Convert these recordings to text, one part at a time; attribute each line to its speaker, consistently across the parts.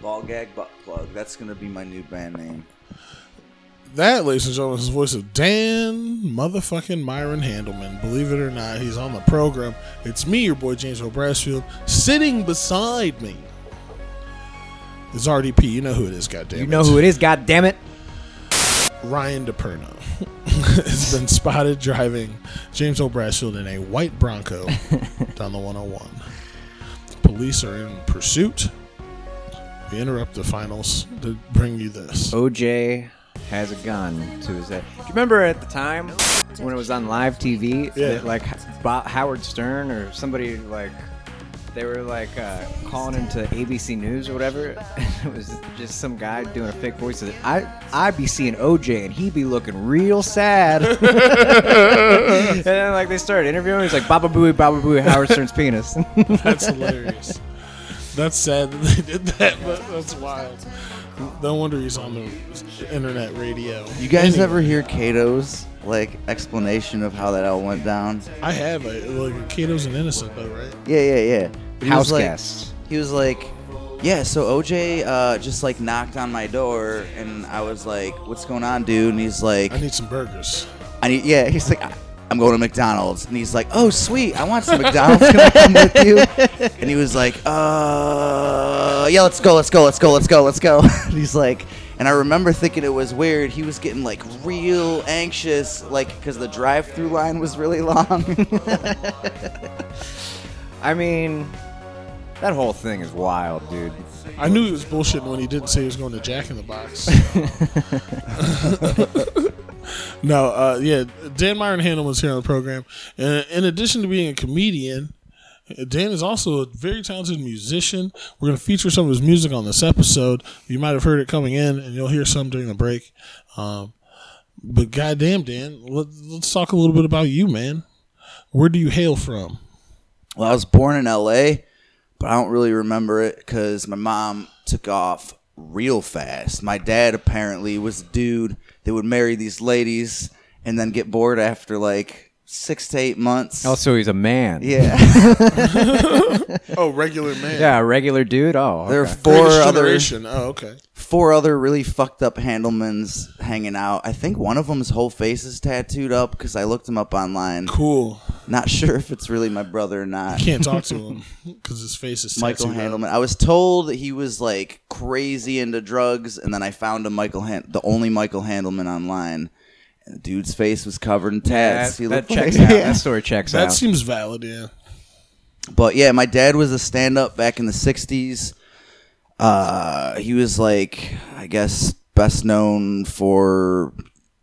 Speaker 1: Ball Gag Butt Plug. That's going to be my new band name.
Speaker 2: That, ladies and gentlemen, is the voice of Dan motherfucking Myron Handelman. Believe it or not, he's on the program. It's me, your boy James O'Brasfield. Sitting beside me is RDP. You know who it is, goddamn
Speaker 3: You know who it is, God damn it!
Speaker 2: Ryan DePerno has been spotted driving James O'Brasfield in a white Bronco down the 101. Police are in pursuit. We interrupt the finals to bring you this.
Speaker 3: OJ has a gun to his head. Do you remember at the time when it was on live TV?
Speaker 2: Yeah.
Speaker 3: that, like Bo- Howard Stern or somebody like they were like uh, calling into ABC News or whatever. And it was just some guy doing a fake voice. That I I'd be seeing OJ and he'd be looking real sad. and then like they started interviewing. He's like Baba Booey, Baba Booey, Howard Stern's penis.
Speaker 2: That's hilarious. That's sad that they did that, but that's wild. No wonder he's on the internet radio.
Speaker 1: You guys
Speaker 2: Anyway,
Speaker 1: ever hear Cato's like explanation of how that all went down?
Speaker 2: I have a like Kato's an innocent though, right?
Speaker 1: Yeah, yeah, yeah. But he was
Speaker 3: House
Speaker 1: like-
Speaker 3: guests.
Speaker 1: He was like, "Yeah, so OJ uh, just like knocked on my door, and I was like, what's going on, dude?'" And he's like,
Speaker 2: I need some burgers.
Speaker 1: "I need, yeah." He's like, I- "I'm going to McDonald's," and he's like, "Oh, sweet, I want some McDonald's. Can I come with you?" And he was like, "Uh, yeah, let's go, let's go, let's go, let's go, let's go." and he's like. And I remember thinking it was weird. He was getting like real anxious, like because the drive-through line was really long.
Speaker 3: I mean, that whole thing is wild, dude.
Speaker 2: I knew he was bullshitting when he didn't say he was going to Jack in the Box. no, uh, yeah, Dan Myron Handelman's here on the program. And in addition to being a comedian, Dan is also a very talented musician. We're going to feature some of his music on this episode. You might have heard it coming in, and you'll hear some during the break. Um, but goddamn, Dan, let, let's talk a little bit about you, man. Where do you hail from?
Speaker 1: Well, I was born in LA, but I don't really remember it because my mom took off real fast. My dad apparently was a dude that would marry these ladies and then get bored after like six to eight months.
Speaker 3: Also, Oh, he's a man.
Speaker 1: yeah,
Speaker 2: Oh, regular man.
Speaker 3: Yeah, a regular dude. Oh,
Speaker 1: there are
Speaker 3: okay.
Speaker 1: four
Speaker 2: Greatest
Speaker 1: other
Speaker 2: generation. Oh, okay.
Speaker 1: four other really fucked up Handelmans hanging out. I think one of them's whole face is tattooed up because I looked him up online.
Speaker 2: Cool.
Speaker 1: Not sure if it's really my brother or not.
Speaker 2: Can't talk to him because his face is
Speaker 1: Michael
Speaker 2: tattooed up.
Speaker 1: Handelman. I was told that he was like crazy into drugs, and then I found a Michael Han- the only Michael Handelman online. And the dude's face was covered in
Speaker 3: Yeah,
Speaker 1: tats.
Speaker 3: that,
Speaker 1: He
Speaker 3: that
Speaker 1: looked
Speaker 3: checks
Speaker 1: like-
Speaker 3: out.
Speaker 1: Yeah.
Speaker 3: That story checks
Speaker 2: That
Speaker 3: out.
Speaker 2: seems valid, yeah.
Speaker 1: But yeah, my dad was a stand up back in the 60s. Uh, he was like, I guess, best known for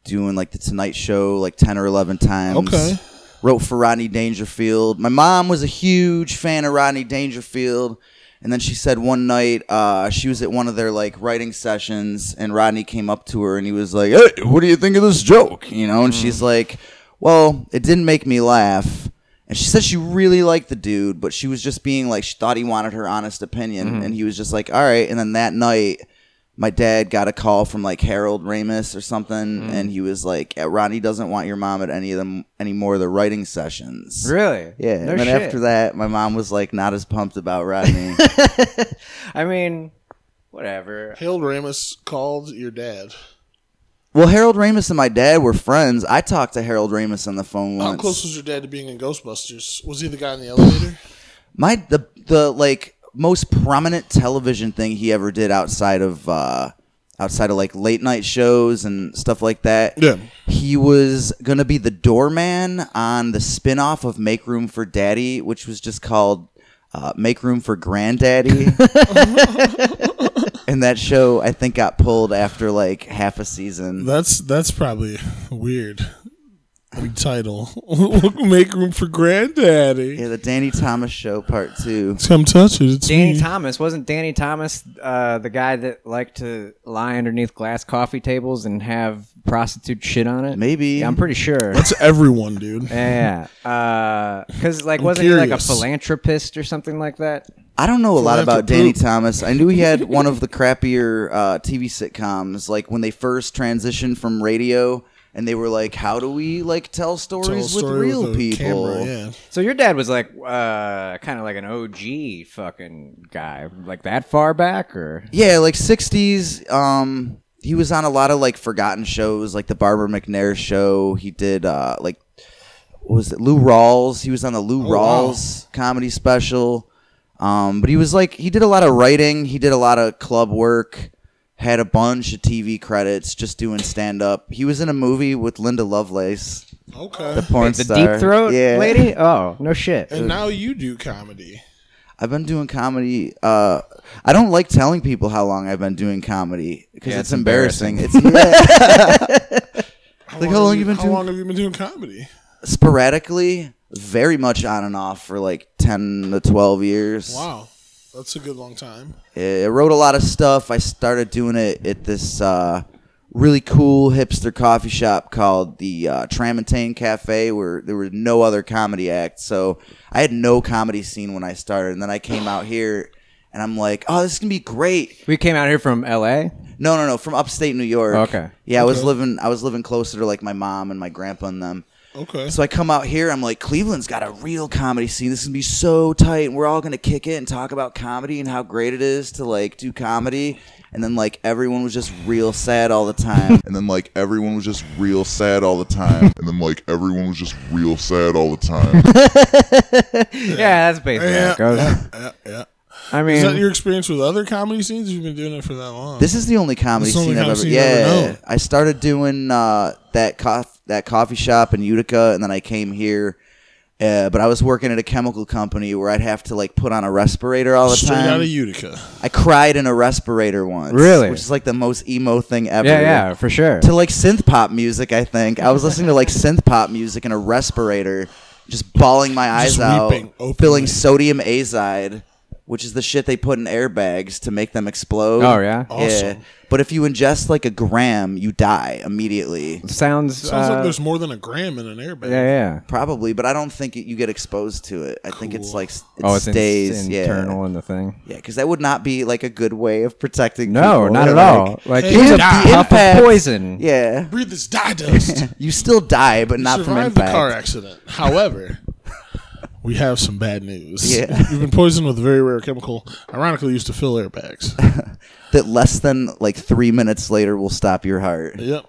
Speaker 1: doing like the Tonight Show like 10 or 11 times.
Speaker 2: Okay.
Speaker 1: Wrote for Rodney Dangerfield. My mom was a huge fan of Rodney Dangerfield. And then she said one night uh, she was at one of their like writing sessions, and Rodney came up to her and he was like, "Hey, what do you think of this joke?" You know, and she's like, "Well, it didn't make me laugh." And she said she really liked the dude, but she was just being like, she thought he wanted her honest opinion, and he was just like, "All right." And then that night, my dad got a call from like Harold Ramis or something,
Speaker 3: Mm.
Speaker 1: and he was like, "Ronnie doesn't want your mom at any of them any more of the writing sessions."
Speaker 3: really?
Speaker 1: Yeah,
Speaker 3: No
Speaker 1: and then
Speaker 3: shit.
Speaker 1: after that, my mom was like not as pumped about Rodney.
Speaker 3: I mean, whatever.
Speaker 2: Harold Ramis called your dad.
Speaker 1: Well, Harold Ramis and my dad were friends. I talked to Harold Ramis on the phone
Speaker 2: How
Speaker 1: once.
Speaker 2: close was your dad to being in Ghostbusters? Was he the guy in the elevator?
Speaker 1: My the the like most prominent television thing he ever did outside of uh outside of like late night shows and stuff like that.
Speaker 2: Yeah.
Speaker 1: He was going to be the doorman on the spin-off of Make Room for Daddy, which was just called uh, Make Room for Granddaddy. and that show I think got pulled after like half a season.
Speaker 2: That's that's probably weird. Title: Make room for Granddaddy.
Speaker 1: Yeah, the Danny Thomas Show Part Two.
Speaker 2: Come touch it. It's
Speaker 3: Danny
Speaker 2: me.
Speaker 3: Thomas wasn't Danny Thomas uh, the guy that liked to lie underneath glass coffee tables and have prostitute shit on it?
Speaker 1: Maybe.
Speaker 3: Yeah, I'm pretty sure.
Speaker 2: That's everyone, dude.
Speaker 3: yeah, because like
Speaker 2: I'm
Speaker 3: wasn't he like a
Speaker 2: curious.
Speaker 3: philanthropist or something like that?
Speaker 1: I don't know a lot about
Speaker 2: Philanthropy.
Speaker 1: Danny Thomas. I knew he had one of the crappier uh, TV sitcoms. Like when they first transitioned from radio, and they were like, "How do we like tell
Speaker 2: Tell a
Speaker 1: stories with
Speaker 2: story
Speaker 1: real
Speaker 2: a
Speaker 1: people?"
Speaker 2: camera, yeah.
Speaker 3: So your dad was like, uh, kind of like an OG fucking guy, like that far back, or
Speaker 1: Yeah, like '60s. Um, he was on a lot of like forgotten shows, like the Barbara McNair show. He did uh, like what was it Lou Rawls? He was on the Lou
Speaker 2: wow.
Speaker 1: Rawls comedy special. Um, but he was like he did a lot of writing. He did a lot of club work. Had a bunch of TV credits just doing stand up. He was in a movie with Linda Lovelace,
Speaker 2: Okay.
Speaker 1: the porn
Speaker 3: the
Speaker 1: star.
Speaker 3: deep throat
Speaker 1: yeah.
Speaker 3: lady? Oh, no shit.
Speaker 2: And now you do comedy.
Speaker 1: I've been doing comedy. Uh, I don't like telling people how long I've been doing comedy because
Speaker 3: Yeah,
Speaker 1: it's,
Speaker 3: it's
Speaker 1: embarrassing.
Speaker 2: How
Speaker 1: Like, how long
Speaker 2: have
Speaker 1: you been
Speaker 2: How
Speaker 1: doing-
Speaker 2: long have you been doing comedy?
Speaker 1: It's sporadically, very much on and off for like ten to twelve years.
Speaker 2: Wow, that's a good long time.
Speaker 1: I I wrote a lot of stuff. I started doing it at this uh, really cool hipster coffee shop called the uh, Tramontane Cafe, where there were no other comedy acts. So I had no comedy scene when I started, and then I came out here, and I'm like, oh, this is gonna be great.
Speaker 3: We came out here from L.A.
Speaker 1: No, no, no. From upstate New York.
Speaker 3: Okay.
Speaker 1: Yeah, I was living. I was living closer to like my mom and my grandpa and them.
Speaker 2: Okay.
Speaker 1: So I come out here. I'm like, Cleveland's got a real comedy scene. This is gonna be so tight, and we're all gonna kick it and talk about comedy and how great it is to like do comedy. And then like everyone was just real sad all the time.
Speaker 4: And then like everyone was just real sad all the time. and then like everyone was just real sad all the time.
Speaker 3: Yeah, that's basically how
Speaker 2: yeah,
Speaker 3: it goes.
Speaker 2: yeah, yeah, yeah.
Speaker 3: I
Speaker 2: Is that
Speaker 3: mean,
Speaker 2: your experience with other comedy scenes? You've been doing it for that long.
Speaker 1: this is the only comedy
Speaker 2: This is the
Speaker 1: scene
Speaker 2: only
Speaker 1: I've ever.
Speaker 2: comedy
Speaker 1: yeah,
Speaker 2: scene you've ever known.
Speaker 1: I started doing uh, that cof- that coffee shop in Utica, and then I came here. Uh, but I was working at a chemical company where I'd have to like put on a respirator all the
Speaker 2: Straight
Speaker 1: time.
Speaker 2: out of Utica.
Speaker 1: I cried in a respirator once.
Speaker 3: Really?
Speaker 1: Which is like the most emo thing ever.
Speaker 3: yeah, yeah, for sure.
Speaker 1: To like synth pop music, I think. I was listening to like synth pop music in a respirator, just bawling my eyes
Speaker 2: Just
Speaker 1: out,
Speaker 2: weeping openly.
Speaker 1: filling sodium azide, which is the shit they put in airbags to make them explode.
Speaker 3: Oh, yeah?
Speaker 1: Yeah.
Speaker 2: Awesome.
Speaker 1: But if you ingest like a gram, you die immediately.
Speaker 3: Sounds,
Speaker 2: Sounds
Speaker 3: uh,
Speaker 2: like there's more than a gram in an airbag.
Speaker 3: yeah, yeah.
Speaker 1: Probably, but I don't think it, you get exposed to it. I think it's like s- it
Speaker 3: oh, it's in-
Speaker 1: stays. yeah.
Speaker 3: internal in the thing.
Speaker 1: Yeah, because that would not be like a good way of protecting.
Speaker 3: No,
Speaker 1: people.
Speaker 3: not at
Speaker 1: Like,
Speaker 3: all. Like
Speaker 2: Hey,
Speaker 3: here's a
Speaker 2: yeah.
Speaker 1: the
Speaker 3: puff of
Speaker 1: impact-
Speaker 3: poison.
Speaker 1: Yeah,
Speaker 2: Breathe this dust.
Speaker 1: you still die, but not from
Speaker 2: survived
Speaker 1: impact.
Speaker 2: the car accident. However, we have some bad news.
Speaker 1: Yeah.
Speaker 2: You've been poisoned with a very rare chemical, ironically used to fill airbags.
Speaker 1: That less than like three minutes later will stop your heart.
Speaker 2: Yep.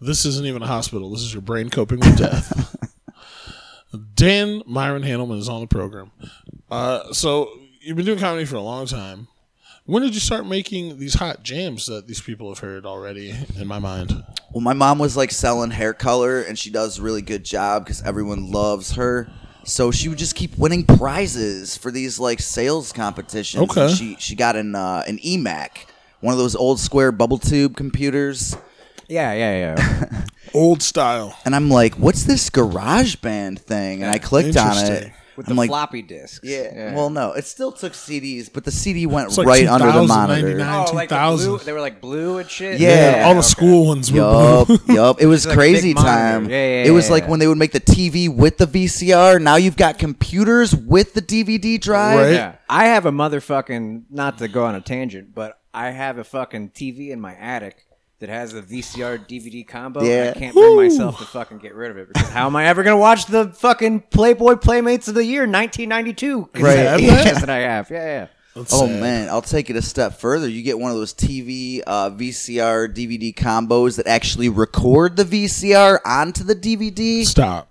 Speaker 2: This isn't even a hospital. This is your brain coping with death. Dan Myron Handelman is on the program. Uh, so you've been doing comedy for a long time. When did you start making these hot jams that these people have heard already in my mind?
Speaker 1: Well, my mom was like selling hair color, and she does a really good job because everyone loves her. So she would just keep winning prizes for these like sales competitions.
Speaker 2: Okay.
Speaker 1: And she she got an uh, an EMAC, one of those old square bubble tube computers.
Speaker 3: Yeah, yeah, yeah.
Speaker 2: Old style.
Speaker 1: And I'm like, what's this garage band thing? And I clicked on it.
Speaker 2: Interesting.
Speaker 3: With
Speaker 1: I'm
Speaker 3: the
Speaker 1: like,
Speaker 3: floppy discs.
Speaker 1: Yeah. Well, no, it still took CDs, but the CD went
Speaker 2: It's like
Speaker 1: right under the
Speaker 2: 2099.
Speaker 1: monitor.
Speaker 3: Oh, like the
Speaker 2: 19,000.
Speaker 3: blue, they were like blue and shit.
Speaker 1: Yeah.
Speaker 2: all the school ones were
Speaker 1: Yup, Oh,
Speaker 2: blue.
Speaker 1: yup. It was
Speaker 3: like a big
Speaker 1: crazy
Speaker 3: monitor.
Speaker 1: time.
Speaker 3: Yeah, yeah,
Speaker 1: it was
Speaker 3: yeah,
Speaker 1: like
Speaker 3: yeah.
Speaker 1: when they would make the TV with the VCR. Now you've got computers with the DVD drive.
Speaker 2: Right.
Speaker 3: Yeah. I have a motherfucking not to go on a tangent, but I have a fucking TV in my attic that has the VCR DVD combo. and
Speaker 1: Yeah.
Speaker 3: I can't bring myself to fucking get rid of it because how am I ever gonna watch the fucking Playboy Playmates of the Year 1992?
Speaker 1: Right.
Speaker 3: cassette
Speaker 2: You have that?
Speaker 3: that I have. Yeah, yeah.
Speaker 2: That's
Speaker 1: Oh
Speaker 2: sad.
Speaker 1: man, I'll take it a step further. You get one of those TV, uh, VCR, DVD combos that actually record the VCR onto the DVD.
Speaker 2: Stop.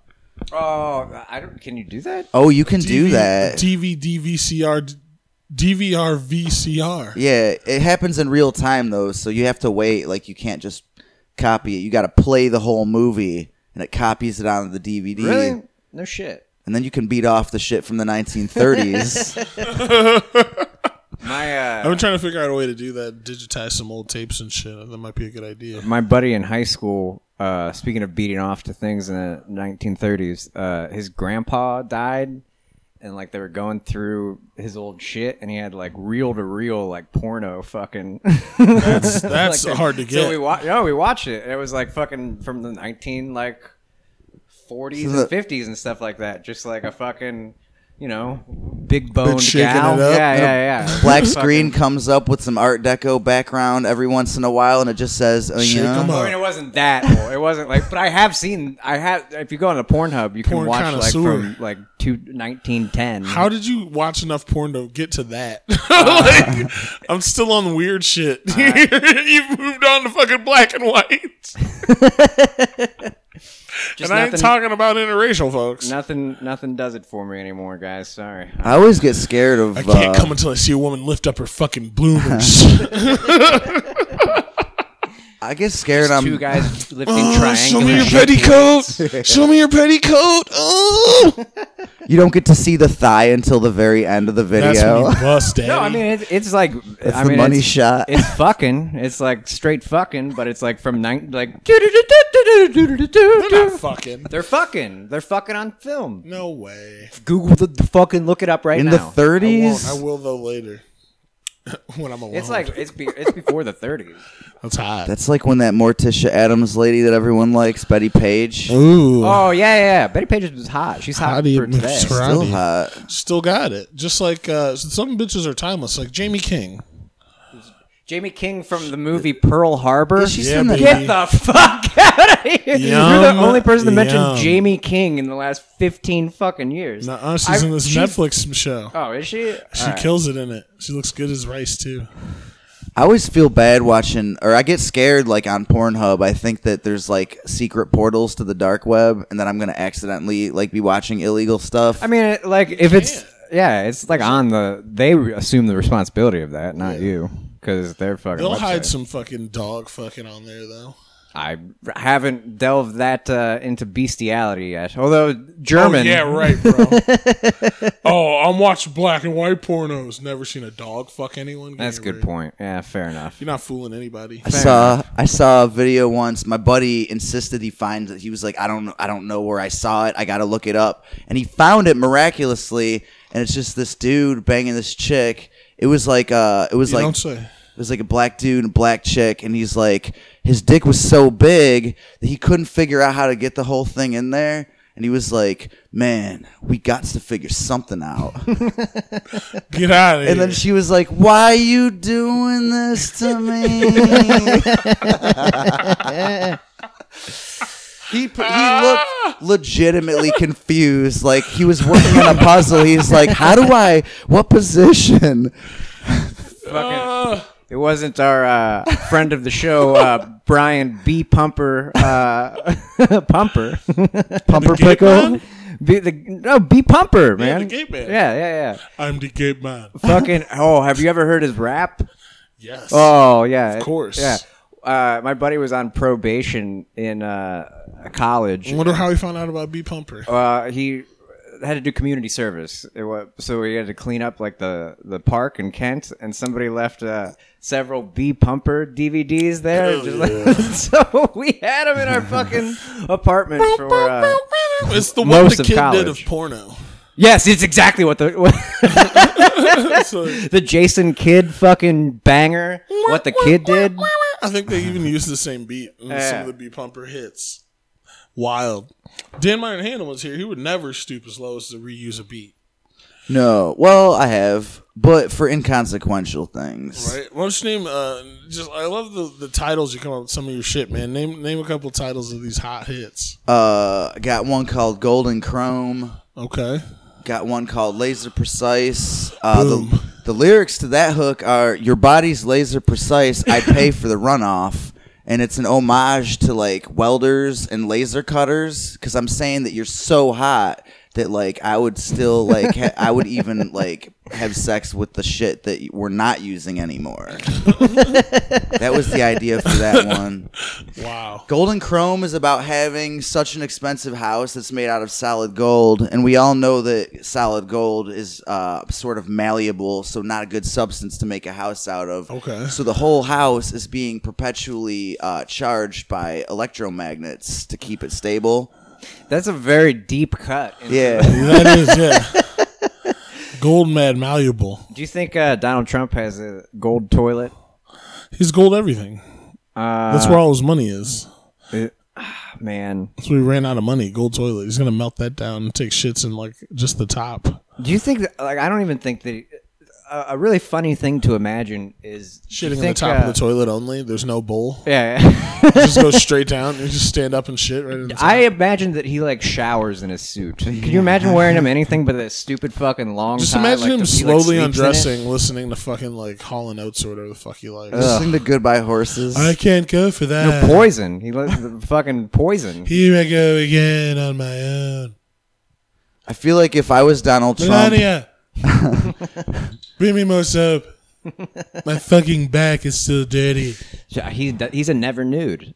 Speaker 3: Oh, I don't. Can you do that?
Speaker 1: Oh, you can do
Speaker 2: DV
Speaker 1: that.
Speaker 2: DVD, VCR, DVR, VCR.
Speaker 1: Yeah, it happens in real time though, so you have to wait. Like you can't just copy it. You got to play the whole movie, and it copies it onto the DVD,
Speaker 3: Really? No shit.
Speaker 1: and then you can beat off the shit from the 1930s.
Speaker 3: My uh,
Speaker 2: I've been trying to figure out a way to do that. Digitize some old tapes and shit. That might be a good idea.
Speaker 3: my buddy in high school, uh, speaking of beating off to things in the 1930s, uh, his grandpa died, and like they were going through his old shit, and he had like reel to reel like porno fucking. that's
Speaker 2: that's hard to
Speaker 3: So
Speaker 2: get.
Speaker 3: we watch. No, we watched it, and it was like fucking from the 19 like 40s
Speaker 1: So the-
Speaker 3: and 50s and stuff like that. Just like a fucking, you know, big boned
Speaker 2: shaking
Speaker 3: gal.
Speaker 2: it up.
Speaker 3: Yeah, yeah, yeah.
Speaker 1: Black
Speaker 3: Fucking-
Speaker 1: screen comes up with some Art Deco background every once in a while, and it just says, uh, you
Speaker 2: Shake 'em
Speaker 1: know,
Speaker 2: up.
Speaker 3: I mean, it wasn't that. Old. It wasn't like, but I have seen. I have. If you go on a Pornhub, you
Speaker 2: Porn
Speaker 3: can watch
Speaker 2: kinda
Speaker 3: like
Speaker 2: sewer.
Speaker 3: from like two nineteen ten.
Speaker 2: How did you watch enough porn to get to that?
Speaker 3: Uh,
Speaker 2: like, I'm still on weird shit. You've moved on to fucking black and white. and I ain't talking about interracial folks.
Speaker 3: Nothing, nothing does it for me anymore, guys. Sorry.
Speaker 1: I always get scared of.
Speaker 2: I can't
Speaker 1: uh,
Speaker 2: come until I see a woman lift up her fucking bloomers.
Speaker 1: I get scared. I'm
Speaker 3: Two guys lifting
Speaker 2: Oh, show me
Speaker 3: triangular
Speaker 2: your
Speaker 3: shaped weights.
Speaker 2: petticoat. show me your petticoat. Oh.
Speaker 1: You don't get to see the thigh until the very end of the
Speaker 2: That's
Speaker 1: video.
Speaker 2: when you bust, daddy.
Speaker 3: No, I mean it's, it's like
Speaker 1: That's
Speaker 3: I
Speaker 1: the
Speaker 3: mean,
Speaker 1: money
Speaker 3: it's,
Speaker 1: shot.
Speaker 3: It's fucking. It's like straight fucking, but it's like from nine like. They're
Speaker 2: Not fucking.
Speaker 3: They're fucking. They're fucking on film.
Speaker 2: No way.
Speaker 3: Google the, the fucking look it up right
Speaker 1: In
Speaker 3: now.
Speaker 1: the
Speaker 2: I won't. I
Speaker 1: 30s,
Speaker 2: will though later. when I'm alone.
Speaker 3: It's like it's be, it's before the 30s.
Speaker 2: that's hot.
Speaker 1: that's like when that Morticia Adams lady that everyone likes, Betty Page,
Speaker 2: Ooh.
Speaker 3: Oh yeah, yeah. yeah. Betty Page was hot. She's hot
Speaker 2: How do you
Speaker 3: for today.
Speaker 2: miss her?
Speaker 1: still
Speaker 2: Howdy.
Speaker 1: hot.
Speaker 2: Still got it. Just like uh, some bitches are timeless, like Jamie King.
Speaker 3: Jamie King from the movie Pearl Harbor.
Speaker 1: Is she
Speaker 2: Yeah,
Speaker 1: still in that-
Speaker 2: baby.
Speaker 3: Get the fuck out of here! You're
Speaker 2: Yum,
Speaker 3: the only person that mentioned
Speaker 2: yum.
Speaker 3: Jamie King in the last 15 fucking years.
Speaker 2: Nuh-uh, she's
Speaker 3: I-
Speaker 2: in this
Speaker 3: she's-
Speaker 2: Netflix show.
Speaker 3: Oh, is she?
Speaker 2: she
Speaker 3: Alright.
Speaker 2: kills it in it. She looks good as rice too.
Speaker 1: I always feel bad watching, or I get scared like on Pornhub. I think that there's like secret portals to the dark web, and that I'm gonna accidentally like be watching illegal stuff.
Speaker 3: I mean, it- like if it's yeah, it's like on the they re- assume the responsibility of that, not you, because they're fucking.
Speaker 2: They'll
Speaker 3: website.
Speaker 2: hide some fucking dog fucking on there though.
Speaker 3: I r- haven't delved that uh, into bestiality yet. Although German,
Speaker 2: Oh, yeah, right, bro. oh, I'm watching black and white pornos. Never seen a dog fuck anyone. Get
Speaker 3: that's a
Speaker 2: it
Speaker 3: good
Speaker 2: right.
Speaker 3: point. Yeah, fair enough.
Speaker 2: You're not fooling anybody.
Speaker 1: I saw I saw a video once. My buddy insisted he finds it. He was like, I don't I don't know where I saw it. I gotta look it up. And he found it miraculously. And it's just this dude banging this chick. It was like uh, it was
Speaker 2: You
Speaker 1: like
Speaker 2: don't say.
Speaker 1: it was like a black dude and a black chick, and he's like, his dick was so big that he couldn't figure out how to get the whole thing in there. And he was like, man, we got to figure something out.
Speaker 2: Get out of here.
Speaker 1: and then she was like, why you doing this to me? He, put, he looked legitimately confused. Like he was working on a puzzle. He's like, "How do I? What position?"
Speaker 2: Uh,
Speaker 3: It wasn't our uh, friend of the show, uh, Brian B. Pumper. Uh, Pumper.
Speaker 1: Pumper
Speaker 2: gate
Speaker 1: pickle.
Speaker 2: man?
Speaker 3: B, the, no, B. Pumper, man.
Speaker 2: the gay man.
Speaker 3: Yeah, yeah, yeah.
Speaker 2: I'm the gay man.
Speaker 3: Fucking, oh, have you ever heard his rap?
Speaker 2: Yes.
Speaker 3: Oh, yeah.
Speaker 2: Of course.
Speaker 3: Yeah. Uh, my buddy was on probation in uh, college.
Speaker 2: I wonder how he found out about B Pumper.
Speaker 3: Uh, he had to do community service. It wa so he had to clean up like the, the park in Kent, and somebody left uh, several B Pumper DVDs there.
Speaker 2: Hell
Speaker 3: Just like- so we had them in our fucking apartment for. Uh,
Speaker 2: it's the one
Speaker 3: most
Speaker 2: the
Speaker 3: of
Speaker 2: kid did of
Speaker 3: college.
Speaker 2: porno.
Speaker 3: yes, it's exactly what the what, the Jason Kidd fucking banger. What the kid did.
Speaker 2: I think they even used the same beat in some
Speaker 3: Yeah.
Speaker 2: of the B Pumper hits. Wild. Dan Myron Hannah was here. He would never stoop as low as to reuse a beat.
Speaker 1: No. Well, I have, but for inconsequential things.
Speaker 2: Right? Why don't you name? Uh, just I love the, the titles you come up with. Some of your shit, man. Name name a couple titles of these hot hits.
Speaker 1: Uh, got one called Golden Chrome.
Speaker 2: Okay.
Speaker 1: Got one called Laser Precise. Uh, the,
Speaker 2: Boom.
Speaker 1: the lyrics to that hook are "Your body's laser precise. I pay for the runoff." And it's an homage to like welders and laser cutters because I'm saying that you're so hot that like I would still like ha- I would even like have sex with the shit that we're not using anymore. that was the idea for that one.
Speaker 2: Wow.
Speaker 1: Golden Chrome is about having such an expensive house that's made out of solid gold, and we all know that solid gold is uh, sort of malleable, so not a good substance to make a house out of.
Speaker 2: Okay.
Speaker 1: So the whole house is being perpetually uh, charged by electromagnets to keep it stable.
Speaker 3: That's a very deep cut.
Speaker 1: Yeah.
Speaker 2: That is yeah. gold mad malleable.
Speaker 3: Do you think uh, Donald Trump has a gold toilet?
Speaker 2: He's gold everything.
Speaker 3: Uh,
Speaker 2: That's where all his money is.
Speaker 3: man.
Speaker 2: So we ran out of money. Gold toilet. He's gonna melt that down and take shits in like just the top.
Speaker 3: Do you think that, like, I don't even think that a, a really funny thing to imagine is do you
Speaker 2: Shitting on the
Speaker 3: think,
Speaker 2: top
Speaker 3: uh,
Speaker 2: of the toilet only. There's no bowl.
Speaker 3: Yeah. yeah.
Speaker 2: just go straight down. You just stand up and shit right in the top.
Speaker 3: I imagine that he like showers in a suit. Can you imagine wearing him anything but that stupid fucking long?
Speaker 2: Just
Speaker 3: tie,
Speaker 2: imagine
Speaker 3: like,
Speaker 2: him
Speaker 3: that he, like,
Speaker 2: slowly
Speaker 3: sleeps in it?
Speaker 2: undressing, listening to fucking like Hall and Oates or whatever the fuck he likes.
Speaker 1: Listening to Goodbye Horses.
Speaker 2: I can't go for that.
Speaker 3: No poison. He looks fucking poison.
Speaker 2: Here I go again on my own.
Speaker 1: I feel like if I was Donald Trump,
Speaker 2: Melania, bring me more soap. My fucking back is still dirty.
Speaker 3: Yeah, He, he's a never nude.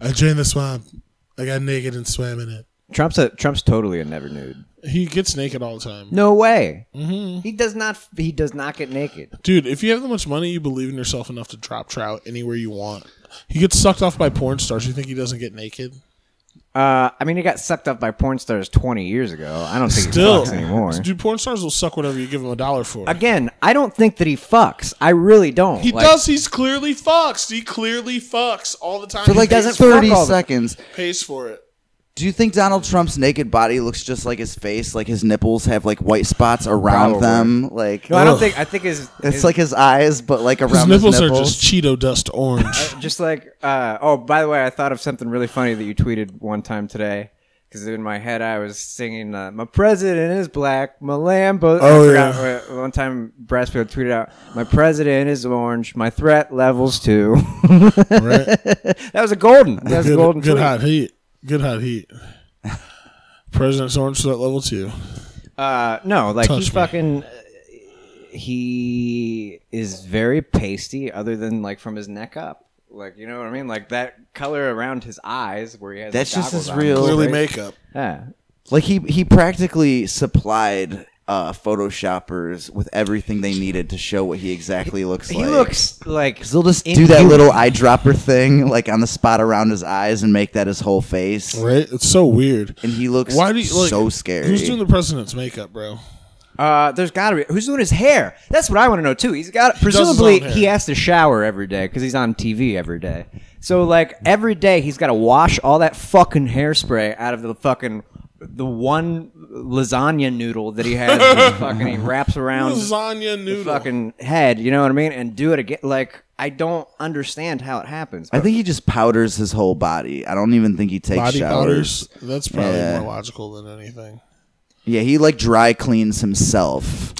Speaker 2: I drained the swamp. I got naked and swam in it.
Speaker 3: Trump's a Trump's totally a never nude.
Speaker 2: He gets naked all the time.
Speaker 3: No way.
Speaker 2: Mm-hmm.
Speaker 3: He does not. He does not get naked.
Speaker 2: Dude, if you have that much money, you believe in yourself enough to drop trout anywhere you want. He gets sucked off by porn stars. You think he doesn't get naked?
Speaker 3: Uh, I mean, he got sucked up by porn stars 20 years ago. I don't think
Speaker 2: Still.
Speaker 3: he fucks anymore.
Speaker 2: Dude, porn stars will suck whatever you give them a dollar for.
Speaker 3: Again, I don't think that he fucks. I really don't.
Speaker 2: he
Speaker 3: Like,
Speaker 2: does. He's clearly fucks. He clearly fucks all the time.
Speaker 1: for like
Speaker 2: he
Speaker 3: doesn't fuck
Speaker 1: 30
Speaker 3: all the-
Speaker 1: seconds,
Speaker 2: pays for it.
Speaker 1: do you think Donald Trump's naked body looks just like his face? Like his nipples have like white spots around
Speaker 3: Probably.
Speaker 1: them? Like,
Speaker 3: No, I
Speaker 2: Ugh.
Speaker 3: don't think. I think his.
Speaker 1: it's
Speaker 3: his-
Speaker 1: like his eyes, but like around
Speaker 2: His nipples, are
Speaker 1: nipples.
Speaker 2: just Cheeto dust orange.
Speaker 3: just like uh, oh by the way i thought of something really funny that you tweeted one time today because in my head i was singing uh, my president is black my lambo
Speaker 2: Oh,
Speaker 3: I forgot, uh, one time brassfield tweeted out my president is orange my threat levels two
Speaker 2: right?
Speaker 3: that was a golden that was a
Speaker 2: good,
Speaker 3: golden
Speaker 2: good
Speaker 3: tweet.
Speaker 2: hot heat. Good hot heat. President's orange threat level two.
Speaker 3: Uh, no like
Speaker 2: Touch
Speaker 3: he
Speaker 2: me.
Speaker 3: fucking uh, he is very pasty other than like from his neck up like you know what I mean? Like that color around his eyes, where he has
Speaker 1: That's
Speaker 3: the
Speaker 1: just his
Speaker 3: goggles on,
Speaker 1: real-
Speaker 3: is
Speaker 2: Clearly
Speaker 3: crazy.
Speaker 2: makeup.
Speaker 3: Yeah,
Speaker 1: Like he he practically supplied uh, photoshoppers with everything they needed to show what he exactly looks
Speaker 3: He
Speaker 1: like.
Speaker 3: looks like
Speaker 1: 'Cause They'll just
Speaker 3: in-
Speaker 1: do that
Speaker 3: he-
Speaker 1: little eyedropper thing, like on the spot around his eyes, and make that his whole face.
Speaker 2: Right? It's so weird.
Speaker 1: And he looks
Speaker 2: Why do you, like,
Speaker 1: so scary.
Speaker 2: Who's doing the president's makeup, bro?
Speaker 3: Uh, there's got to be who's doing his hair. That's what I want to know too. He's got
Speaker 2: does his
Speaker 3: presumably
Speaker 2: own hair.
Speaker 3: he has to shower every day because he's on TV every day. So like every day he's got to wash all that fucking hairspray out of the fucking the one lasagna noodle that he has. that he fucking he wraps around
Speaker 2: Lasagna
Speaker 3: the
Speaker 2: noodle.
Speaker 3: fucking head. You know what I mean? And do it again. Like I don't understand how it happens.
Speaker 1: I think he just powders his whole body. I don't even think he takes
Speaker 2: Body
Speaker 1: showers.
Speaker 2: powders. That's probably
Speaker 1: Yeah.
Speaker 2: more logical than anything.
Speaker 1: Yeah, he like dry cleans himself.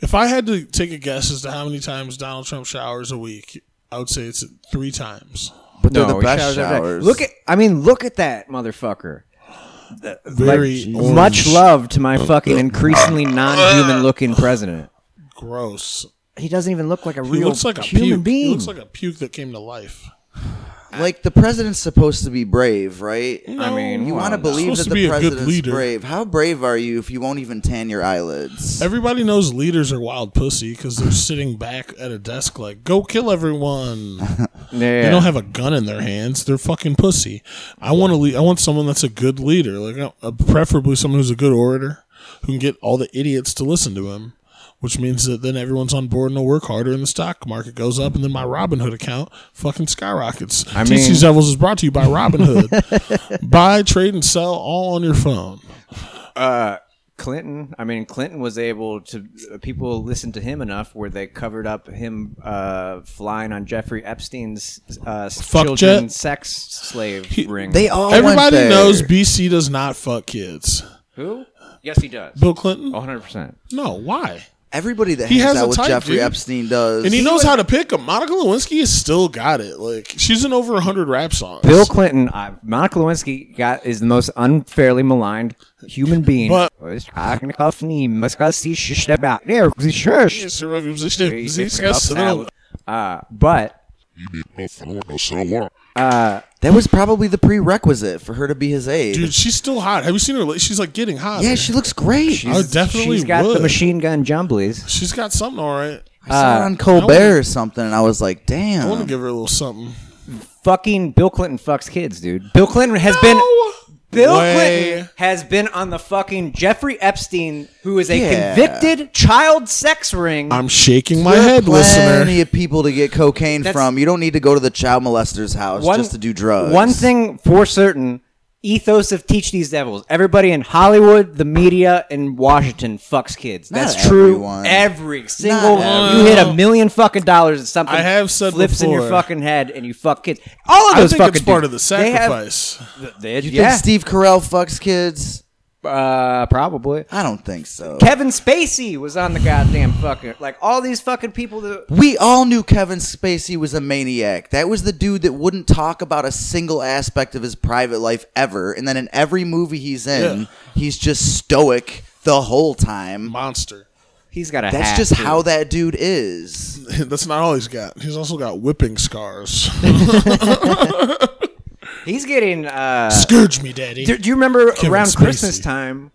Speaker 2: If I had to take a guess as to how many times Donald Trump showers a week, I would say it's three times.
Speaker 1: But they're the
Speaker 3: he
Speaker 1: best
Speaker 3: showers every day.
Speaker 1: showers.
Speaker 3: Look at I mean look at that motherfucker.
Speaker 2: Very orange.
Speaker 3: Much love to my fucking increasingly non-human looking president.
Speaker 2: gross.
Speaker 3: He doesn't even look like a
Speaker 2: He
Speaker 3: real
Speaker 2: looks like a
Speaker 3: human
Speaker 2: puke.
Speaker 3: being.
Speaker 2: He looks like a puke that came to life.
Speaker 1: like the president's supposed to be brave, right?
Speaker 3: I mean,
Speaker 1: You
Speaker 3: well,
Speaker 1: want to believe
Speaker 2: Supposed
Speaker 1: that
Speaker 2: to
Speaker 1: the
Speaker 2: be a good
Speaker 1: president's
Speaker 2: leader.
Speaker 1: brave. How brave are you if you won't even tan your eyelids?
Speaker 2: Everybody knows leaders are wild pussy because they're sitting back at a desk like, go kill everyone.
Speaker 3: Yeah.
Speaker 2: They don't have a gun in their hands. They're fucking pussy. I want to. lead I want someone that's a good leader, like uh, uh, preferably someone who's a good orator, who can get all the idiots to listen to him. Which means that then everyone's on board and will work harder, and the stock market goes up, and then my Robinhood account fucking skyrockets.
Speaker 3: I
Speaker 2: TC
Speaker 3: mean-
Speaker 2: Zevils is brought to you by Robinhood. Buy, trade, and sell all on your phone.
Speaker 3: Clinton. I mean, Clinton was able to. People listened to him enough where they covered up him uh, flying on Jeffrey Epstein's uh,
Speaker 2: Fuck
Speaker 3: children
Speaker 2: jet.
Speaker 3: sex slave ring.
Speaker 1: They all went
Speaker 2: Everybody
Speaker 1: there.
Speaker 2: knows BC does not fuck kids.
Speaker 3: who? Yes, he does.
Speaker 2: Bill Clinton?
Speaker 3: 100. percent
Speaker 2: No, why?
Speaker 1: Everybody that
Speaker 2: He
Speaker 1: hangs
Speaker 2: has a
Speaker 1: out with
Speaker 2: type,
Speaker 1: Jeffrey
Speaker 2: dude.
Speaker 1: Epstein does.
Speaker 2: And he knows how to pick them. Monica Lewinsky has still got it. Like she's in over hundred rap songs.
Speaker 3: Bill Clinton, uh, Monica Lewinsky got is the most unfairly maligned human being.
Speaker 2: But-
Speaker 3: Was talking about me, must go see shit about there, 'cause he's shush. Uh, but
Speaker 1: that was probably the prerequisite for her to be his age.
Speaker 2: Dude, she's still hot. Have you seen her? la- She's like getting hot.
Speaker 1: yeah, she looks great.
Speaker 2: I would definitely
Speaker 3: she's got
Speaker 2: would.
Speaker 3: the machine gun jumblies.
Speaker 2: She's got something all right.
Speaker 3: Uh,
Speaker 1: I saw her on Colbert or something, and I was like, damn.
Speaker 2: I want to
Speaker 3: Um,
Speaker 2: give her a little something.
Speaker 3: Fucking Bill Clinton fucks kids, dude. Bill Clinton has been Bill
Speaker 2: Way.
Speaker 3: Clinton has been on the fucking Jeffrey Epstein, who is a
Speaker 1: Yeah.
Speaker 3: convicted child sex ring.
Speaker 2: I'm shaking my
Speaker 1: There are
Speaker 2: head,
Speaker 1: Plenty
Speaker 2: listener.
Speaker 1: of people to get cocaine
Speaker 3: That's-
Speaker 1: from. You don't need to go to the child molester's house just to do drugs.
Speaker 3: One thing for certain. ethos of Teach These Devils. Everybody in Hollywood, the media, and Washington fucks kids.
Speaker 1: Not
Speaker 3: That's true.
Speaker 1: everyone.
Speaker 3: Every single
Speaker 1: everyone.
Speaker 3: you hit a million fucking dollars and something
Speaker 2: I have said
Speaker 3: flips in your
Speaker 2: before-
Speaker 3: fucking head and you fuck kids. All of
Speaker 2: I
Speaker 3: those
Speaker 2: think
Speaker 3: fucking
Speaker 2: it's part of the
Speaker 3: dudes, they have-
Speaker 2: sacrifice.
Speaker 3: they-
Speaker 1: You
Speaker 3: yeah,
Speaker 1: think Steve Carell fucks kids?
Speaker 3: uh, probably.
Speaker 1: I don't think so.
Speaker 3: Kevin Spacey was on the goddamn fucking like all these fucking people that
Speaker 1: we all knew Kevin Spacey was a maniac. That was the dude that wouldn't talk about a single aspect of his private life ever. And then in every movie he's in,
Speaker 2: Yeah.
Speaker 1: he's just stoic the whole time.
Speaker 2: Monster.
Speaker 3: he's got a
Speaker 1: That's
Speaker 3: hat,
Speaker 1: just
Speaker 3: dude.
Speaker 1: how that dude is.
Speaker 2: That's not all he's got. He's also got whipping scars.
Speaker 3: he's getting uh
Speaker 2: Scourge me, daddy.
Speaker 3: Do, do you remember
Speaker 2: Kevin
Speaker 3: around
Speaker 2: Spacey.
Speaker 3: Christmas time?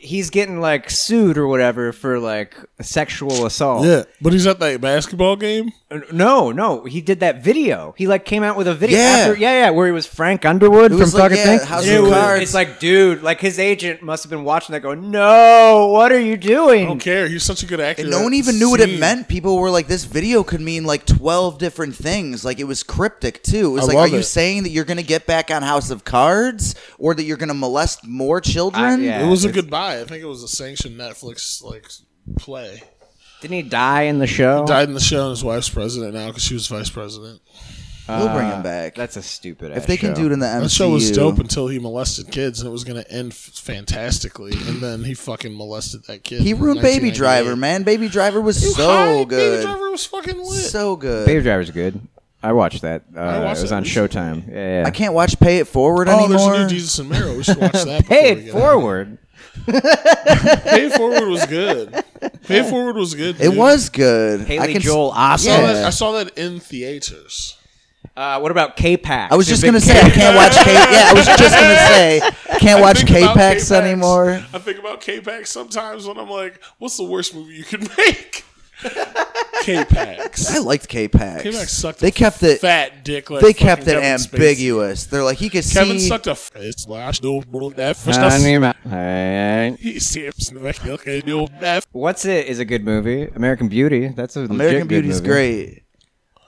Speaker 3: He's getting like sued or whatever for like sexual assault.
Speaker 2: Yeah, but he's at that basketball game.
Speaker 3: N- No, no, he did that video. He like came out with a video.
Speaker 1: Yeah.
Speaker 3: after, yeah, yeah, where he was Frank Underwood
Speaker 1: It
Speaker 3: from
Speaker 1: was like,
Speaker 3: fucking
Speaker 1: yeah,
Speaker 3: thing.
Speaker 1: House
Speaker 2: of
Speaker 3: It was-
Speaker 1: Cards.
Speaker 3: It's like, dude, like his agent must have been watching that, going, "No, what are you doing?"
Speaker 2: I don't care. He's such a good actor.
Speaker 1: And no one
Speaker 2: That
Speaker 1: even knew what it
Speaker 2: scene-
Speaker 1: meant. People were like, "This video could mean like twelve different things." Like it was cryptic too. It was
Speaker 2: I
Speaker 1: like,
Speaker 2: love
Speaker 1: "Are you
Speaker 2: it.
Speaker 1: saying that you're going to get back on House of Cards, or that you're going to molest more children?"
Speaker 3: I- yeah.
Speaker 2: It was a
Speaker 3: It's-
Speaker 2: goodbye. I think it was a sanctioned Netflix like play.
Speaker 3: Didn't he die in the show?
Speaker 2: Died in the show, and his wife's president now because she was vice president.
Speaker 1: We'll bring him back.
Speaker 3: Uh, That's a stupid.
Speaker 1: if they can do it in the MCU.
Speaker 2: That show was dope until he molested kids, and it was going to end f- fantastically. And then he fucking molested that kid.
Speaker 1: He
Speaker 2: in
Speaker 1: ruined Baby
Speaker 2: 1998.
Speaker 1: Driver, man. Baby Driver was
Speaker 2: Dude,
Speaker 1: so
Speaker 2: hi, Baby
Speaker 1: good,
Speaker 2: Driver was fucking lit.
Speaker 1: so good.
Speaker 3: Baby Driver's good. I watched that. Uh,
Speaker 2: watched
Speaker 3: it was
Speaker 2: that
Speaker 3: on
Speaker 2: recently.
Speaker 3: Showtime. Yeah, yeah.
Speaker 1: I can't watch Pay It Forward
Speaker 2: oh,
Speaker 1: anymore.
Speaker 2: there's a new Jesus and Mero. We should watch that. before
Speaker 3: Pay
Speaker 2: we
Speaker 3: it
Speaker 2: get out.
Speaker 3: forward.
Speaker 2: Pay It Forward was good. Pay It Forward was good.
Speaker 1: it
Speaker 2: dude.
Speaker 1: was good. I
Speaker 3: Haley
Speaker 1: can s-
Speaker 3: Joel
Speaker 2: I saw,
Speaker 1: Yeah.
Speaker 3: Osment.
Speaker 2: that, I saw that in theaters.
Speaker 3: Uh, what about K-Pax?
Speaker 1: I was
Speaker 3: Your
Speaker 1: just
Speaker 3: big
Speaker 1: gonna say I can't watch K. Yeah, I was just gonna say can't watch
Speaker 2: think about
Speaker 1: K-Pax
Speaker 2: K-Pax.
Speaker 1: anymore.
Speaker 2: I think about K Pax sometimes when I'm like, what's the worst movie you could make? K Pax.
Speaker 1: I liked K-Pax.
Speaker 2: K Pax sucked.
Speaker 1: They
Speaker 2: a
Speaker 1: kept it.
Speaker 2: fat dick. Like
Speaker 1: they kept it
Speaker 2: fucking Kevin Spacey.
Speaker 1: ambiguous. They're like he could
Speaker 2: Kevin
Speaker 1: see.
Speaker 2: sucked a. F- it's like, I still want that for
Speaker 3: I
Speaker 2: stuff.
Speaker 3: need my- Alright.
Speaker 2: He seems like he can do that.
Speaker 3: What's it? Is a good movie. American Beauty. That's a legit
Speaker 1: American
Speaker 3: good
Speaker 1: Beauty's
Speaker 3: movie.
Speaker 1: great.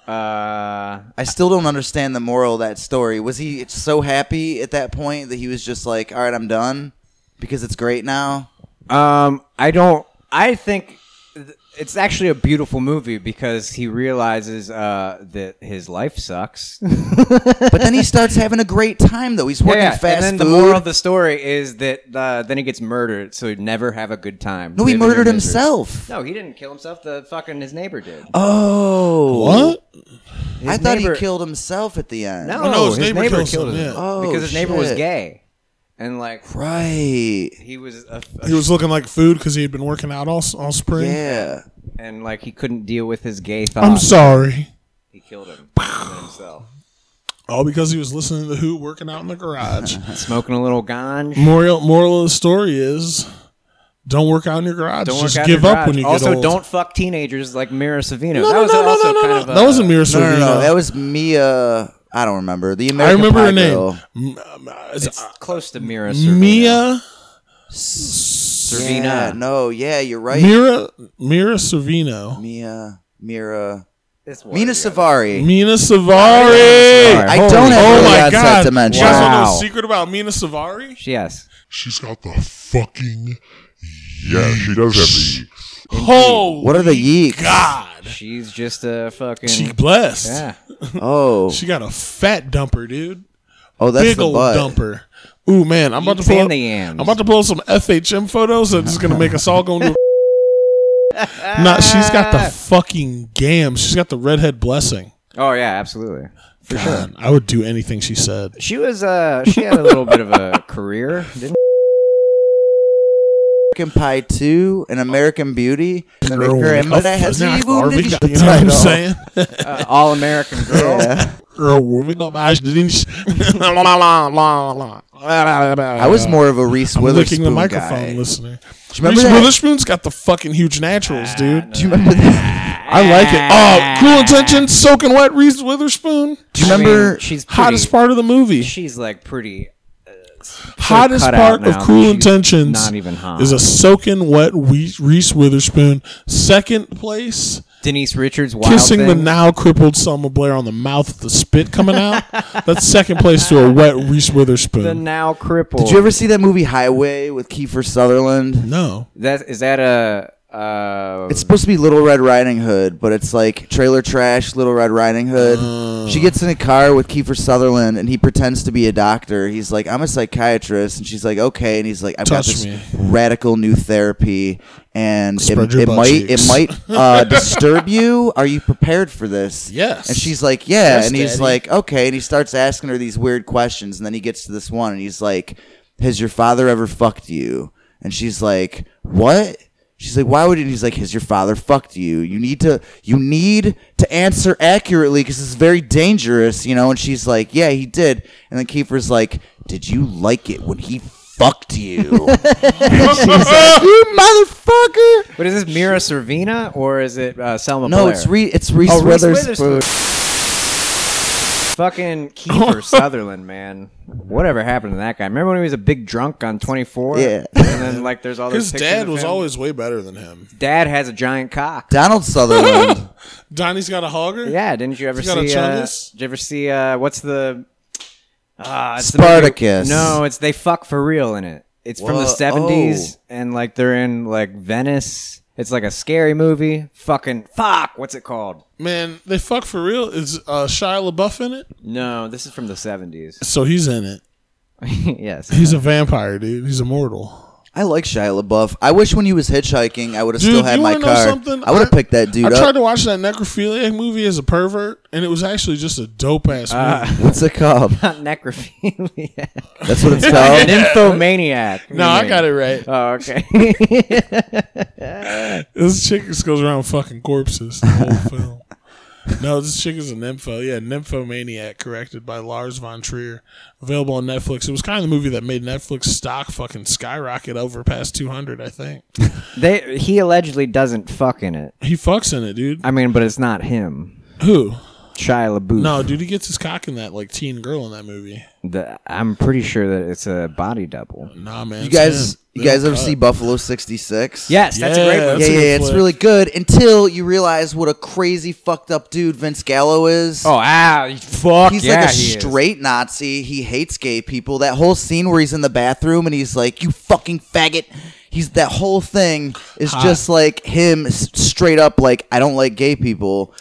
Speaker 3: Uh,
Speaker 1: I still don't understand the moral of that story. Was he so happy at that point that he was just like, "All right, I'm done," because it's great now.
Speaker 3: um, I don't. I think th- it's actually a beautiful movie because he realizes uh, that his life sucks.
Speaker 1: But then he starts having a great time though. He's working
Speaker 3: yeah,
Speaker 1: fast
Speaker 3: and then
Speaker 1: food.
Speaker 3: the moral of the story is that uh, then he gets murdered, so he'd never have a good time.
Speaker 1: no, he
Speaker 3: living in
Speaker 1: murdered
Speaker 3: misery.
Speaker 1: himself.
Speaker 3: No, he didn't kill himself. The fucking his neighbor did.
Speaker 1: Oh,
Speaker 2: What?
Speaker 1: I
Speaker 3: His
Speaker 1: thought
Speaker 3: neighbor-
Speaker 1: he killed himself at the end.
Speaker 3: No,
Speaker 2: Oh, no,
Speaker 3: his, neighbor,
Speaker 2: kills
Speaker 3: killed
Speaker 2: him,
Speaker 3: him,
Speaker 2: yeah.
Speaker 1: Oh,
Speaker 3: because his neighbor was
Speaker 1: shit.
Speaker 3: gay, and like
Speaker 1: Right.
Speaker 3: he was a,
Speaker 2: He was looking like food because he had been working out all, all spring.
Speaker 1: Yeah.
Speaker 3: and like he couldn't deal with his gay thoughts.
Speaker 2: I'm sorry.
Speaker 3: He killed him himself.
Speaker 2: All because he was listening to Who working out in the garage.
Speaker 3: Smoking a little ganj.
Speaker 2: moral, moral of the story is don't work out in your garage.
Speaker 3: Don't
Speaker 2: Just
Speaker 3: work out
Speaker 2: give
Speaker 3: in
Speaker 2: up
Speaker 3: garage.
Speaker 2: when you
Speaker 3: Also,
Speaker 2: get old.
Speaker 3: don't fuck teenagers like Mira Savino.
Speaker 2: No,
Speaker 3: that
Speaker 2: no,
Speaker 3: was
Speaker 2: no, no,
Speaker 3: also
Speaker 2: no, no,
Speaker 3: kind
Speaker 2: no.
Speaker 3: of a,
Speaker 2: That wasn't Mira
Speaker 1: No, no,
Speaker 2: Sorvino.
Speaker 1: no. That was Mia. I don't remember the
Speaker 2: I
Speaker 1: American.
Speaker 2: remember
Speaker 1: Pie
Speaker 2: her name.
Speaker 1: girl.
Speaker 2: M- um, uh, it's
Speaker 3: It's close to Mira Servino.
Speaker 2: Mia
Speaker 3: Servina.
Speaker 1: Yeah, no, yeah, you're right.
Speaker 2: Mira Mira Servino.
Speaker 1: Mia, Mira,
Speaker 3: It's one
Speaker 1: Mina
Speaker 3: or the other.
Speaker 1: Savari.
Speaker 2: Mina Savari.
Speaker 3: Savari.
Speaker 1: I
Speaker 3: Holy
Speaker 1: don't
Speaker 2: Oh
Speaker 1: have really
Speaker 2: my
Speaker 1: onset
Speaker 2: god!
Speaker 1: dementia.
Speaker 2: You guys want to know
Speaker 3: Wow.
Speaker 2: a secret about Mina Savari?
Speaker 3: Yes.
Speaker 4: She's got the fucking. Yeah, she does have the.
Speaker 2: Holy
Speaker 1: What are the yeeks?
Speaker 2: God,
Speaker 3: She's just a fucking.
Speaker 2: she blessed.
Speaker 3: yeah.
Speaker 1: Oh,
Speaker 2: She got a fat dumper, dude.
Speaker 1: oh, that's
Speaker 2: Big
Speaker 1: the
Speaker 2: old
Speaker 1: butt.
Speaker 2: dumper. Ooh man, I'm about to
Speaker 3: Eats
Speaker 2: pull.
Speaker 3: and
Speaker 2: Up,
Speaker 3: the yams.
Speaker 2: I'm about to pull up some FHM photos. That's just gonna make us all go into. a- nah, she's got the fucking gams. She's got the redhead blessing.
Speaker 3: Oh yeah, absolutely. For sure.
Speaker 2: God, I would do anything she said.
Speaker 3: She was. Uh, she had a little bit of a career, didn't?
Speaker 1: American Pie Two and American Beauty.
Speaker 2: Girl, Oh,
Speaker 1: American
Speaker 2: what
Speaker 1: Pie has
Speaker 2: the fuck
Speaker 1: evil
Speaker 2: are we
Speaker 1: ninja
Speaker 2: got? You know what I'm
Speaker 1: title.
Speaker 2: saying?
Speaker 3: Uh, All American girl.
Speaker 2: Girl, we got my eyes didn't- La, la, la, la, la.
Speaker 1: I was more of a Reese
Speaker 2: I'm licking
Speaker 1: Witherspoon
Speaker 2: the microphone,
Speaker 1: guy.
Speaker 2: listener.
Speaker 1: remember
Speaker 2: Reese
Speaker 1: that?
Speaker 2: Witherspoon's got the fucking huge naturals, dude.
Speaker 1: Do you remember that?
Speaker 2: I like it. Oh, cool intentions, soaking wet. Reese Witherspoon,
Speaker 1: Do you
Speaker 3: I mean,
Speaker 1: remember?
Speaker 3: she's pretty,
Speaker 2: hottest part of the movie.
Speaker 3: She's like pretty. uh,
Speaker 2: hottest
Speaker 3: cut
Speaker 2: part
Speaker 3: out now
Speaker 2: of Cool
Speaker 3: that she's
Speaker 2: Intentions
Speaker 3: not even hot.
Speaker 2: is a soaking wet Wee- Reese Witherspoon. Second place
Speaker 3: Denise Richards wild
Speaker 2: Kissing the
Speaker 3: thing.
Speaker 2: now crippled Selma Blair on the mouth with the spit coming out. That's second place to a wet Reese Witherspoon.
Speaker 3: the now crippled.
Speaker 1: Did you ever see that movie Highway with Kiefer Sutherland?
Speaker 2: no.
Speaker 3: That is that a. Uh,
Speaker 1: It's supposed to be Little Red Riding Hood, but it's like trailer trash, Little Red Riding Hood.
Speaker 2: Ah.
Speaker 1: She gets in a car with Kiefer Sutherland and he pretends to be a doctor. He's like, I'm a psychiatrist. And she's like, okay. And he's like, I've got
Speaker 2: Touch
Speaker 1: this
Speaker 2: me.
Speaker 1: radical new therapy. And
Speaker 2: Spread
Speaker 1: it,
Speaker 2: your
Speaker 1: it
Speaker 2: butt
Speaker 1: might it
Speaker 2: cheeks.
Speaker 1: might uh, disturb you. Are you prepared for this?
Speaker 2: Yes.
Speaker 1: And she's like, yeah.
Speaker 2: Yes,
Speaker 1: and he's
Speaker 2: Daddy.
Speaker 1: like, okay. And he starts asking her these weird questions. And then he gets to this one and he's like, has your father ever fucked you? And she's like, what? She's like, why would he? And he's like, has your father fucked you? You need to, you need to answer accurately because it's very dangerous, you know? And she's like, yeah, he did. And then Kiefer's like, did you like it when he fucked you? And she's like, you motherfucker.
Speaker 3: but is this Mira Servina or is it uh, Selma
Speaker 1: No,
Speaker 3: Blair?
Speaker 1: it's Re- it's Reese
Speaker 3: Oh, Reese
Speaker 1: Witherspoon.
Speaker 3: fucking Kiefer Sutherland, man. Whatever happened to that guy? Remember when he was a big drunk on 24?
Speaker 1: Yeah.
Speaker 3: And then like there's all those
Speaker 2: His
Speaker 3: pictures
Speaker 2: dad
Speaker 3: of
Speaker 2: was
Speaker 3: him.
Speaker 2: always way better than him.
Speaker 3: Dad has a giant cock.
Speaker 1: Donald Sutherland.
Speaker 2: Donnie's got a hogger?
Speaker 3: Yeah, didn't you ever
Speaker 2: He's got a
Speaker 3: see? Uh,
Speaker 2: chungus?
Speaker 3: did you ever see? Uh, what's the? Uh,
Speaker 1: Spartacus.
Speaker 3: no, it's they fuck for real in it. It's from
Speaker 1: Whoa,
Speaker 3: the seventies, and like they're in like Venice. It's like a scary movie. Fucking fuck. What's it called?
Speaker 2: Man, they fuck for real. Is uh, Shia LaBeouf in it?
Speaker 3: No, this is from the seventies.
Speaker 2: So he's in it.
Speaker 3: yes.
Speaker 2: He's a vampire, dude. He's immortal.
Speaker 1: I like Shia LaBeouf. I wish when he was hitchhiking, I would have still
Speaker 2: Dude,
Speaker 1: had
Speaker 2: you
Speaker 1: my
Speaker 2: wanna know
Speaker 1: car.
Speaker 2: something?
Speaker 1: I would have picked that dude
Speaker 2: I tried
Speaker 1: up.
Speaker 2: to watch that necrophiliac movie as a pervert, and it was actually just a dope ass movie.
Speaker 1: What's it called?
Speaker 3: Not necrophilia.
Speaker 1: That's what it's
Speaker 3: Oh.
Speaker 1: called.
Speaker 3: Nymphomaniac.
Speaker 2: no, I got it right.
Speaker 3: Oh, okay.
Speaker 2: This chick just goes around fucking corpses the whole film. No, this chick is a nympho. Yeah, Nymphomaniac, corrected by Lars von Trier. Available on Netflix. It was kind of the movie that made Netflix stock fucking skyrocket over past 200, I think.
Speaker 3: they he allegedly doesn't fuck in it.
Speaker 2: He fucks in it, dude.
Speaker 3: I mean, but it's not him.
Speaker 2: Who?
Speaker 3: Shia LaBeouf.
Speaker 2: No, dude, he gets his cock in that, like, teen girl in that movie.
Speaker 3: The, I'm pretty sure that it's a body double.
Speaker 2: Nah, man.
Speaker 1: You
Speaker 2: it's
Speaker 1: guys,
Speaker 2: him.
Speaker 1: you
Speaker 2: They
Speaker 1: guys
Speaker 2: don't
Speaker 1: ever
Speaker 2: cut.
Speaker 1: see Buffalo '66?
Speaker 3: Yes, that's a great
Speaker 2: Yeah.
Speaker 3: movie.
Speaker 1: yeah,
Speaker 2: That's a
Speaker 1: yeah,
Speaker 2: good
Speaker 1: yeah, it's
Speaker 2: flick.
Speaker 1: really good until you realize what a crazy fucked up dude Vince Gallo is.
Speaker 3: Oh, ow, fuck
Speaker 1: he's
Speaker 3: yeah,
Speaker 1: like a
Speaker 3: he is.
Speaker 1: straight Nazi. He hates gay people. That whole scene where he's in the bathroom and he's like, "You fucking faggot." He's that whole thing is just like him s- straight up like, "I don't like gay people."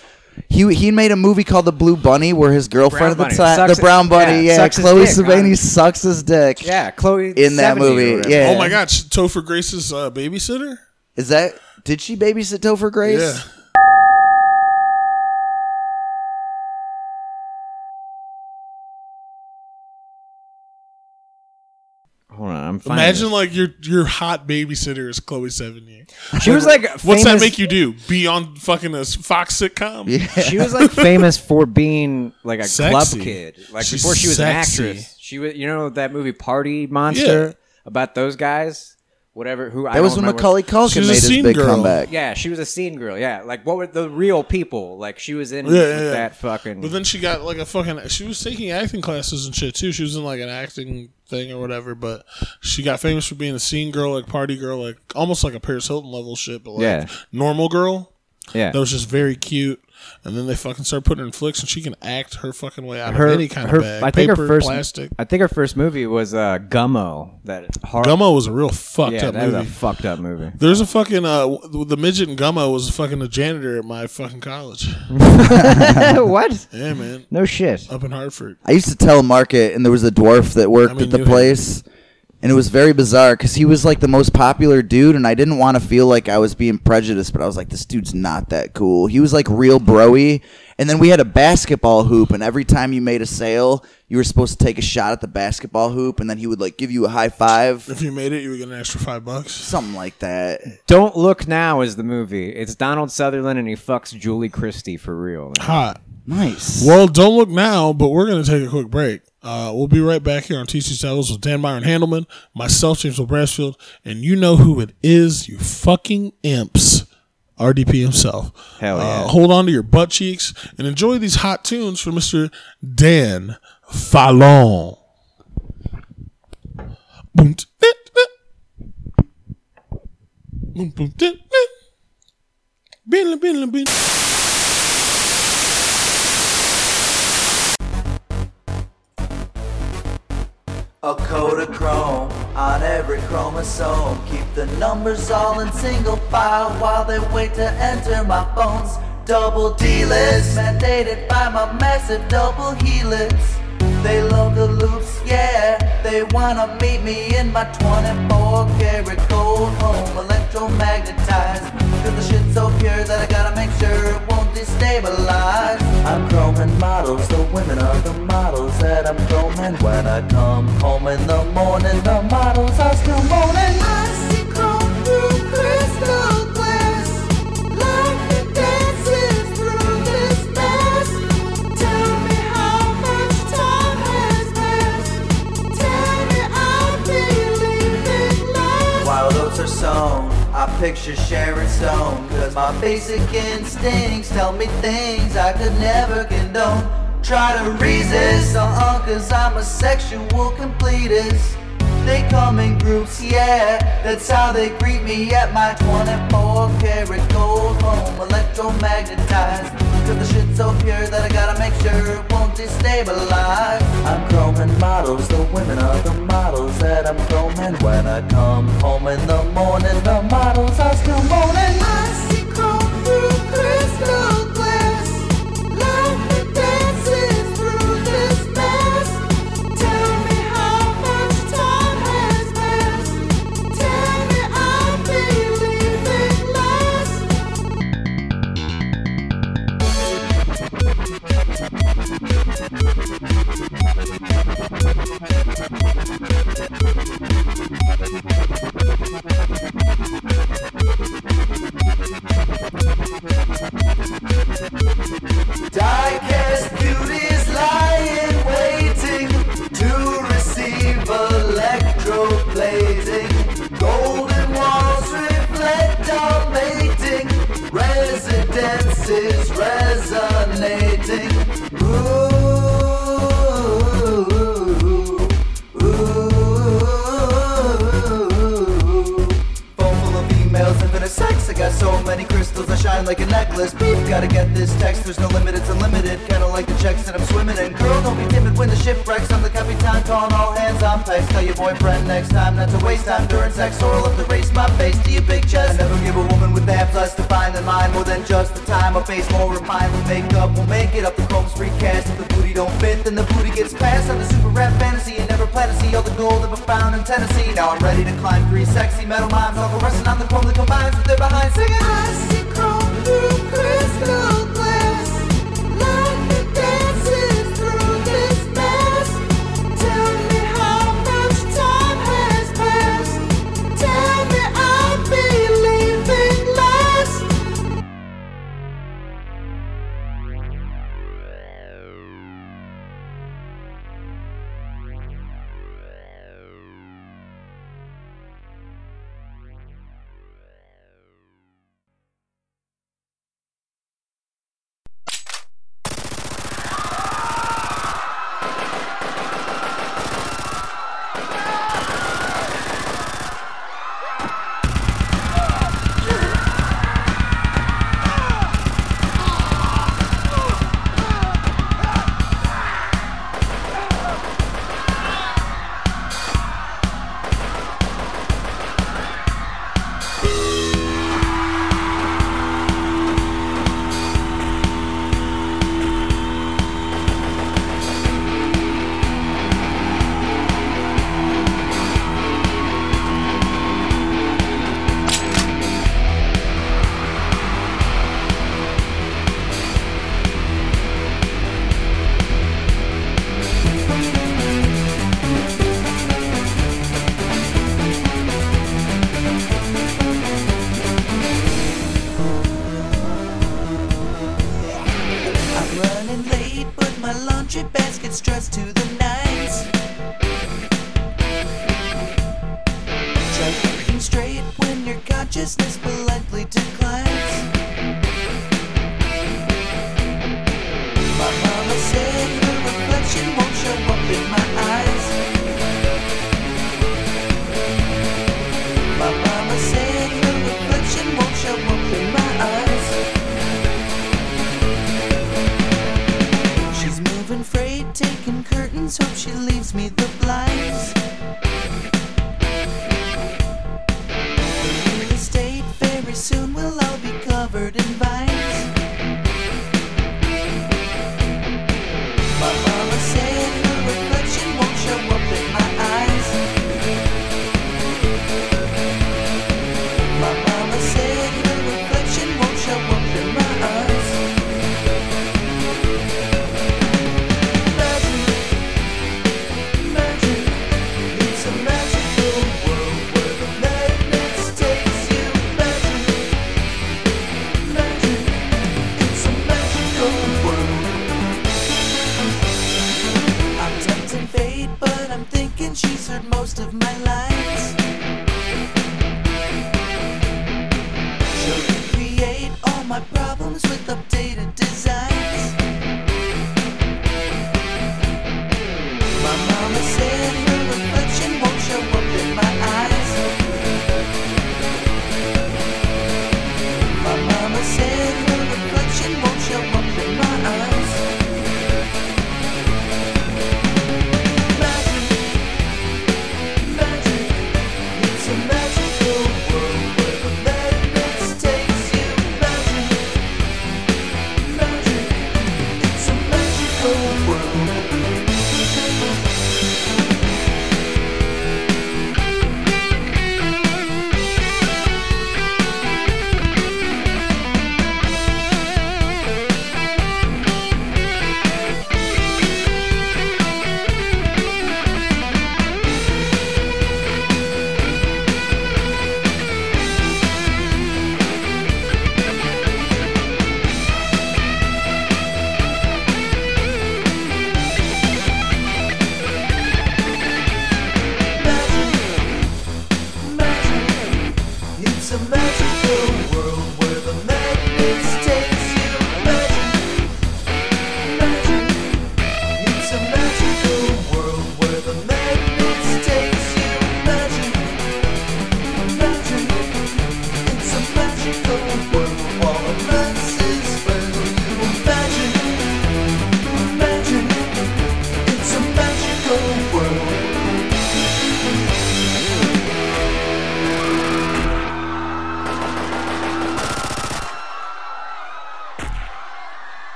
Speaker 1: He, he made a movie called The Blue Bunny where his
Speaker 3: Brown
Speaker 1: girlfriend at
Speaker 3: Bunny.
Speaker 1: the time,
Speaker 3: Sucks-
Speaker 1: the Brown Bunny,
Speaker 3: yeah,
Speaker 1: yeah,
Speaker 3: sucks his
Speaker 1: Chloe
Speaker 3: dick, huh?
Speaker 1: Savini sucks his dick.
Speaker 3: Yeah, Chloe
Speaker 1: In that
Speaker 3: 70 or
Speaker 1: movie,
Speaker 3: whatever.
Speaker 1: yeah.
Speaker 2: Oh, my God. Topher Grace's uh, babysitter?
Speaker 1: Is that did she babysit Topher Grace?
Speaker 2: Yeah.
Speaker 3: Hold on, I'm finding
Speaker 2: Imagine,
Speaker 3: it.
Speaker 2: like, your your hot babysitter is Chloe Sevigny.
Speaker 3: she was like
Speaker 2: What's that
Speaker 3: famous-
Speaker 2: make you do? Be on fucking a Fox sitcom? Yeah.
Speaker 3: She was like famous for being like a
Speaker 2: Sexy.
Speaker 3: club kid. Like
Speaker 2: She's
Speaker 3: before she was
Speaker 2: sexy.
Speaker 3: an actress. She was, you know, that movie Party Monster
Speaker 2: Yeah.
Speaker 3: about those guys, whatever. Who I
Speaker 1: That
Speaker 3: don't
Speaker 1: was when
Speaker 3: remember.
Speaker 1: Macaulay
Speaker 2: She
Speaker 1: Culkin
Speaker 2: was a
Speaker 1: made his
Speaker 2: scene
Speaker 1: big
Speaker 2: girl.
Speaker 1: comeback.
Speaker 3: Yeah, she was a scene girl. Yeah, like what were the real people? Like she was in
Speaker 2: Yeah, yeah, yeah.
Speaker 3: that fucking.
Speaker 2: But then she got like a fucking. She was taking acting classes and shit too. She was in like an acting thing or whatever. But she got famous for being a scene girl, like party girl, like almost like a Paris Hilton level shit, but like
Speaker 3: Yeah.
Speaker 2: normal girl
Speaker 3: yeah,
Speaker 2: that was just very cute. And then they fucking start putting her in flicks, and she can act her fucking way out
Speaker 3: her,
Speaker 2: of any kind
Speaker 3: her,
Speaker 2: of bag.
Speaker 3: I think
Speaker 2: Paper,
Speaker 3: her first,
Speaker 2: plastic.
Speaker 3: I think her first movie was uh, Gummo. That hard,
Speaker 2: Gummo was a real fucked
Speaker 3: yeah,
Speaker 2: up
Speaker 3: that
Speaker 2: movie.
Speaker 3: was a fucked up movie.
Speaker 2: There's a fucking uh, w- the midget in Gummo was fucking a janitor at my fucking college.
Speaker 3: what?
Speaker 2: yeah, man,
Speaker 3: No shit.
Speaker 2: up in Hartford.
Speaker 1: I used to telemarket, and there was a dwarf that worked
Speaker 2: I mean,
Speaker 1: at the
Speaker 2: you had-
Speaker 1: place, and it was very bizarre because he was like the most popular dude, and I didn't want to feel like I was being prejudiced, but I was like, this dude's not that cool. He was like real broy, and then we had a basketball hoop, and every time you made a sale, you were supposed to take a shot at the basketball hoop, and then he would like give you a high five,
Speaker 2: If you made it, you would get an extra five bucks.
Speaker 1: something like that.
Speaker 3: Don't look now is the movie. It's Donald Sutherland and he fucks Julie Christie for real.
Speaker 2: Hot.
Speaker 1: Nice.
Speaker 2: Well, don't look now, but we're going to take a quick break. Uh, we'll be right back here on TC Travels with Dan Byron Handelman, myself, James Will Brasfield, and you know who it is, you fucking imps. RDP himself.
Speaker 3: Hell yeah.
Speaker 2: Uh, hold on to your butt cheeks and enjoy these hot tunes from Mr. Dan Fallon. Boom, t- eh, eh. Boom, boom, t- eh. Bin, bin, bin.
Speaker 5: A Kodachrome on every chromosome. Keep the numbers all in single file while they wait to enter my phone's double D list. Mandated by my massive double helix. They love the loops, yeah. They wanna meet me in my 24 karat gold home. Electromagnetized. Feel the shit so pure that I gotta make sure it won't destabilize. I'm chroming models, the women are the models that I'm chroming. When I come home in the morning, the models are still moaning.
Speaker 6: I see chrome through crystal glass, life that dances through this mess. Tell me how much time has passed. Tell me I'll be leaving last.
Speaker 5: While those are sewn, I picture Sharon Stone. Cause my basic instincts tell me things I could never condone. Try to resist, uh-uh, cause I'm a sexual completist. They come in groups, yeah, that's how they greet me at my 24 karat gold home, electromagnetized. Till the shit's so pure that I gotta make sure it won't destabilize. I'm chroming models, the women are the models that I'm chroming. When I come home in the morning, the models are still moaning.
Speaker 6: I see chrome through crystal glass, life that dances through this mess. Tell me how much time has passed. Tell me I'll be leaving last.
Speaker 5: Diecast beauties lie in waiting to receive electroplating. Golden walls reflect our mating. Residences resonating. Ooh, ooh, ooh. Phone full of emails, infinite sex. I got so many crystals that shine like a necklace. Beef, gotta get this text. There's no limit, it's unlimited. Kinda like the checks that I'm swimming in. Girl, don't be timid when the ship wrecks. I'm the capitan calling all hands on packs. Tell your boyfriend next time not to waste time during sex. Or I'll have to race my face to your big chest. I never give a woman with that plus to find the mind more than just the time. A face more refined with makeup. We'll make it up the chrome's recast. If the booty don't fit, then the booty gets passed. I'm the super rap fantasy and never plan to see all the gold ever found in Tennessee. Now I'm ready to climb three sexy metal mimes. All resting on the chrome that combines with their behind singing.
Speaker 6: I see chrome through crystal glass, light that dances through this mess. Tell me how much time has passed. Tell me I'll be leaving last.
Speaker 5: I'm running late, but my laundry basket's dressed to the nines. Try thinking straight when your consciousness politely declines. My mama said her reflection won't show up in my eyes. My mama said her reflection won't show up in my eyes. covered in vines. My mama said her reflection won't show up in my eyes. My mama said her reflection won't show up in my eyes. Magic, magic, it's a magical world where the madness takes you. Magic, magic, it's a magical world. I'm tempting fate, but I'm thinking she's heard most of my lines. She'll create all my problems with updated designs. My mama said her reflection won't show up in my eyes. My mama said her reflection won't show up in my eyes. Magic, magic, it's a magical world where the madness takes you. Magic, magic, it's a magical world. Magic, magic, it's a magical world where the madness takes you. Magic, magic, it's a magical world where the madness takes you. Magic, magic, it's a magical world while the masses fail you. Magic, magic, it's a magical world.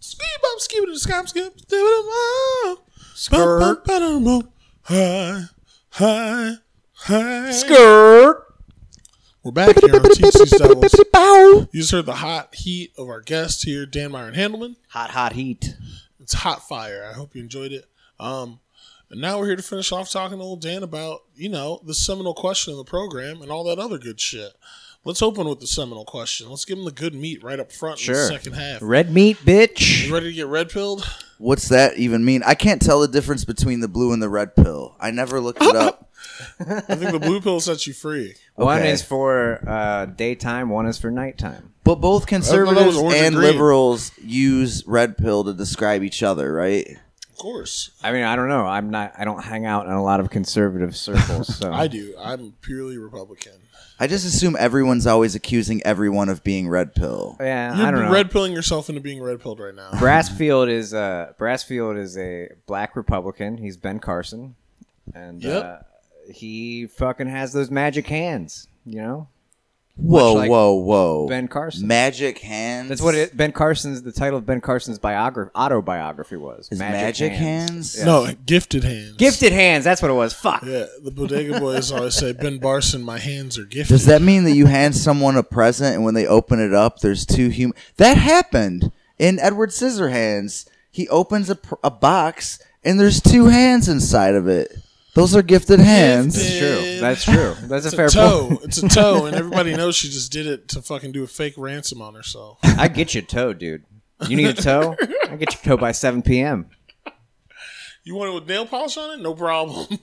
Speaker 2: Skip up, skip it, skip, skip, skip it, Skirt. Hi, hi, hi.
Speaker 3: Skirt.
Speaker 2: We're back here on TC Styles. You just heard the hot heat of our guest here, Dan Myron Handelman.
Speaker 3: Hot, hot heat.
Speaker 2: It's hot fire. I hope you enjoyed it. Um, and now we're here to finish off talking to old Dan about, you know, the seminal question of the program and all that other good shit. Let's open with the seminal question. Let's give him the good meat right up front in the
Speaker 3: Sure.
Speaker 2: second half.
Speaker 3: Red meat, bitch.
Speaker 2: You ready to get red pilled?
Speaker 1: What's that even mean? I can't tell the difference between the blue and the red pill. I never looked it up.
Speaker 2: I think the blue pill sets you free.
Speaker 3: One
Speaker 1: Okay.
Speaker 3: is for uh, daytime. One is for nighttime.
Speaker 1: But both conservatives
Speaker 2: orange or
Speaker 1: and
Speaker 2: green.
Speaker 1: liberals use red pill to describe each other, right?
Speaker 2: Of course.
Speaker 3: I mean, I don't know. I'm not. I don't hang out in a lot of conservative circles. So
Speaker 2: I do. I'm purely Republican.
Speaker 1: I just assume everyone's always accusing everyone of being red pill.
Speaker 3: yeah,
Speaker 2: You're
Speaker 3: I don't know.
Speaker 2: red pilling yourself into being red pilled right now.
Speaker 3: Brassfield is a Brassfield is a black Republican. He's Ben Carson, and
Speaker 2: Yep.
Speaker 3: uh, he fucking has those magic hands. You know,
Speaker 1: Whoa,
Speaker 3: like
Speaker 1: whoa, whoa.
Speaker 3: Ben Carson.
Speaker 1: Magic hands.
Speaker 3: that's what it, Ben Carson's the title of Ben Carson's biography autobiography was.
Speaker 1: Is magic, hands?
Speaker 2: No, gifted hands.
Speaker 3: Gifted hands. That's what it was. Fuck.
Speaker 2: Yeah, the Bodega Boys always say, Ben Barson, my hands are gifted.
Speaker 1: Does that mean that you hand someone a present and when they open it up, there's two human? That happened in Edward Scissorhands. He opens a, pr- a box and there's two hands inside of it. Those are gifted hands.
Speaker 2: Gifted.
Speaker 3: That's true. That's true. That's a fair
Speaker 2: it's a toe.
Speaker 3: point.
Speaker 2: It's a toe, and everybody knows she just did it to fucking do a fake ransom on herself.
Speaker 3: I get your toe, dude. You need a toe? I get your toe by 7 p.m.
Speaker 2: You want it with nail polish on it? No problem,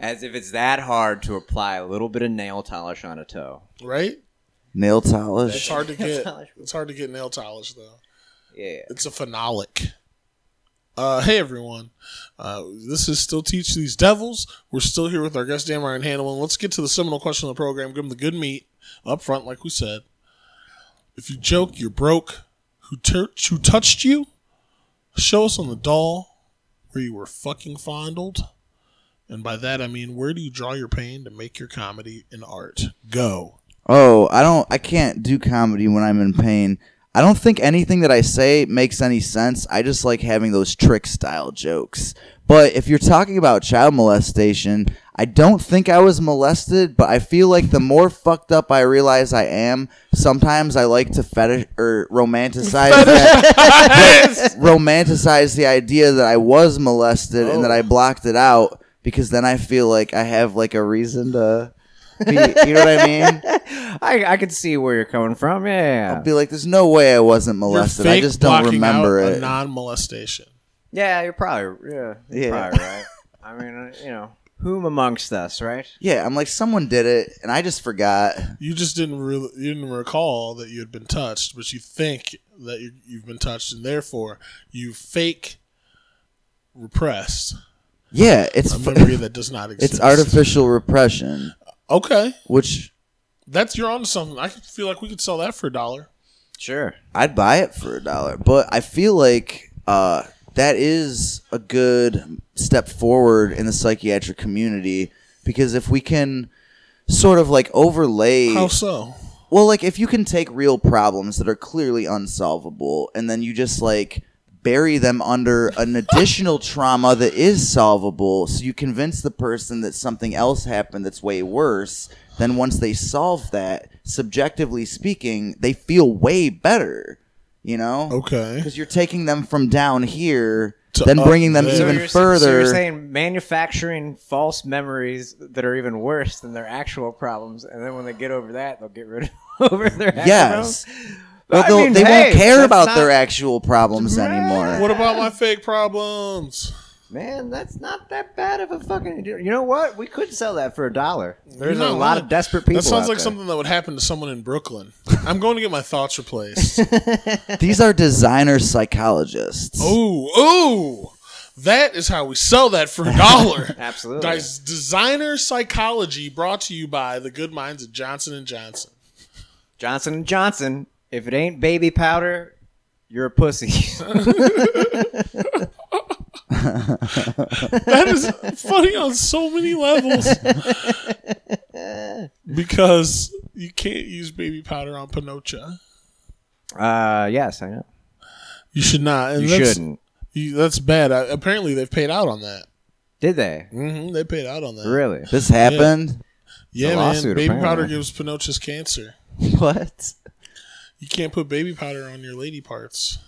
Speaker 3: As if it's that hard to apply a little bit of nail polish on a toe.
Speaker 2: right?
Speaker 1: Nail
Speaker 2: It's
Speaker 1: polish.
Speaker 2: hard to get. It's hard to get nail polish though.
Speaker 3: Yeah.
Speaker 2: It's a phenolic. Uh, hey everyone, uh, this is still teach these devils. We're still here with our guest Dan Ryan Handelman. Let's get to the seminal question of the program. Give him the good meat up front, like we said. If you joke, you're broke. Who, tur- who touched you? Show us on the doll where you were fucking fondled. And by that I mean, where do you draw your pain to make your comedy an art? Go.
Speaker 1: Oh, I don't. I can't do comedy when I'm in pain. I don't think anything that I say makes any sense. I just like having those trick style jokes. But if you're talking about child molestation, I don't think I was molested, but I feel like the more fucked up I realize I am, sometimes I like to fetish or romanticize that, romanticize the idea that I was molested and that I blocked it out because then I feel like I have like a reason to be, you know what I mean?
Speaker 3: I, I can see where you're coming from. Yeah,
Speaker 1: I'll be like, there's no way I wasn't molested. I just don't remember it.
Speaker 2: Non molestation.
Speaker 3: yeah, you're probably yeah, you're
Speaker 1: Yeah.
Speaker 3: probably right. I mean, uh, you know, whom amongst us, right?
Speaker 1: yeah, I'm like, someone did it, and I just forgot.
Speaker 2: You just didn't really, you didn't recall that you had been touched, but you think that you, you've been touched, and therefore you fake repressed
Speaker 1: Yeah, it's
Speaker 2: a memory that does not exist.
Speaker 1: it's artificial repression,
Speaker 2: Okay,
Speaker 1: which
Speaker 2: that's you're onto something. I feel like we could sell that for a dollar.
Speaker 3: Sure.
Speaker 1: I'd buy it for a dollar, but I feel like uh, that is a good step forward in the psychiatric community because if we can sort of like overlay
Speaker 2: How so?
Speaker 1: Well, like if you can take real problems that are clearly unsolvable and then you just like bury them under an additional trauma that is solvable, so you convince the person that something else happened that's way worse, then once they solve that, subjectively speaking, they feel way better, you know?
Speaker 2: Okay,
Speaker 1: Because you're taking them from down here,
Speaker 2: To
Speaker 1: then
Speaker 2: up
Speaker 1: bringing them
Speaker 2: there. So
Speaker 1: even
Speaker 3: you're, So
Speaker 1: further.
Speaker 3: you're saying manufacturing false memories that are even worse than their actual problems, and then when they get over that, they'll get rid of over their actual
Speaker 1: yes.
Speaker 3: problems?
Speaker 1: Well,
Speaker 3: I
Speaker 1: they'll-
Speaker 3: mean,
Speaker 1: they
Speaker 3: hey,
Speaker 1: won't care
Speaker 3: that's
Speaker 1: about
Speaker 3: not-
Speaker 1: their actual problems anymore.
Speaker 2: what about my fake problems?
Speaker 3: Man, that's not that bad of a fucking. You know what? We could sell that for a dollar. There's
Speaker 2: You're
Speaker 3: a
Speaker 2: not
Speaker 3: lot
Speaker 2: lying.
Speaker 3: of desperate
Speaker 2: That
Speaker 3: people.
Speaker 2: sounds
Speaker 3: out
Speaker 2: like
Speaker 3: there.
Speaker 2: something that would happen to someone in Brooklyn. I'm going to get my thoughts replaced.
Speaker 1: These are designer psychologists.
Speaker 2: Ooh, ooh. That is how we sell that for a dollar.
Speaker 3: Absolutely.
Speaker 2: Des- designer psychology brought to you by the good minds of Johnson and Johnson.
Speaker 3: Johnson and Johnson. If it ain't baby powder, you're a pussy.
Speaker 2: That is funny on so many levels. because you can't use baby powder on Pinocha.
Speaker 3: uh, yes, I know.
Speaker 2: You should not. And
Speaker 3: You
Speaker 2: that's,
Speaker 3: shouldn't.
Speaker 2: you- that's bad. I, apparently, they've paid out on that.
Speaker 3: Did they
Speaker 2: hmm they paid out on that.
Speaker 3: really?
Speaker 1: This happened.
Speaker 2: Yeah,
Speaker 3: A
Speaker 2: man.
Speaker 3: lawsuit,
Speaker 2: Baby powder
Speaker 3: apparently.
Speaker 2: gives Pinocha's cancer.
Speaker 1: What?
Speaker 2: You can't put baby powder on your lady parts.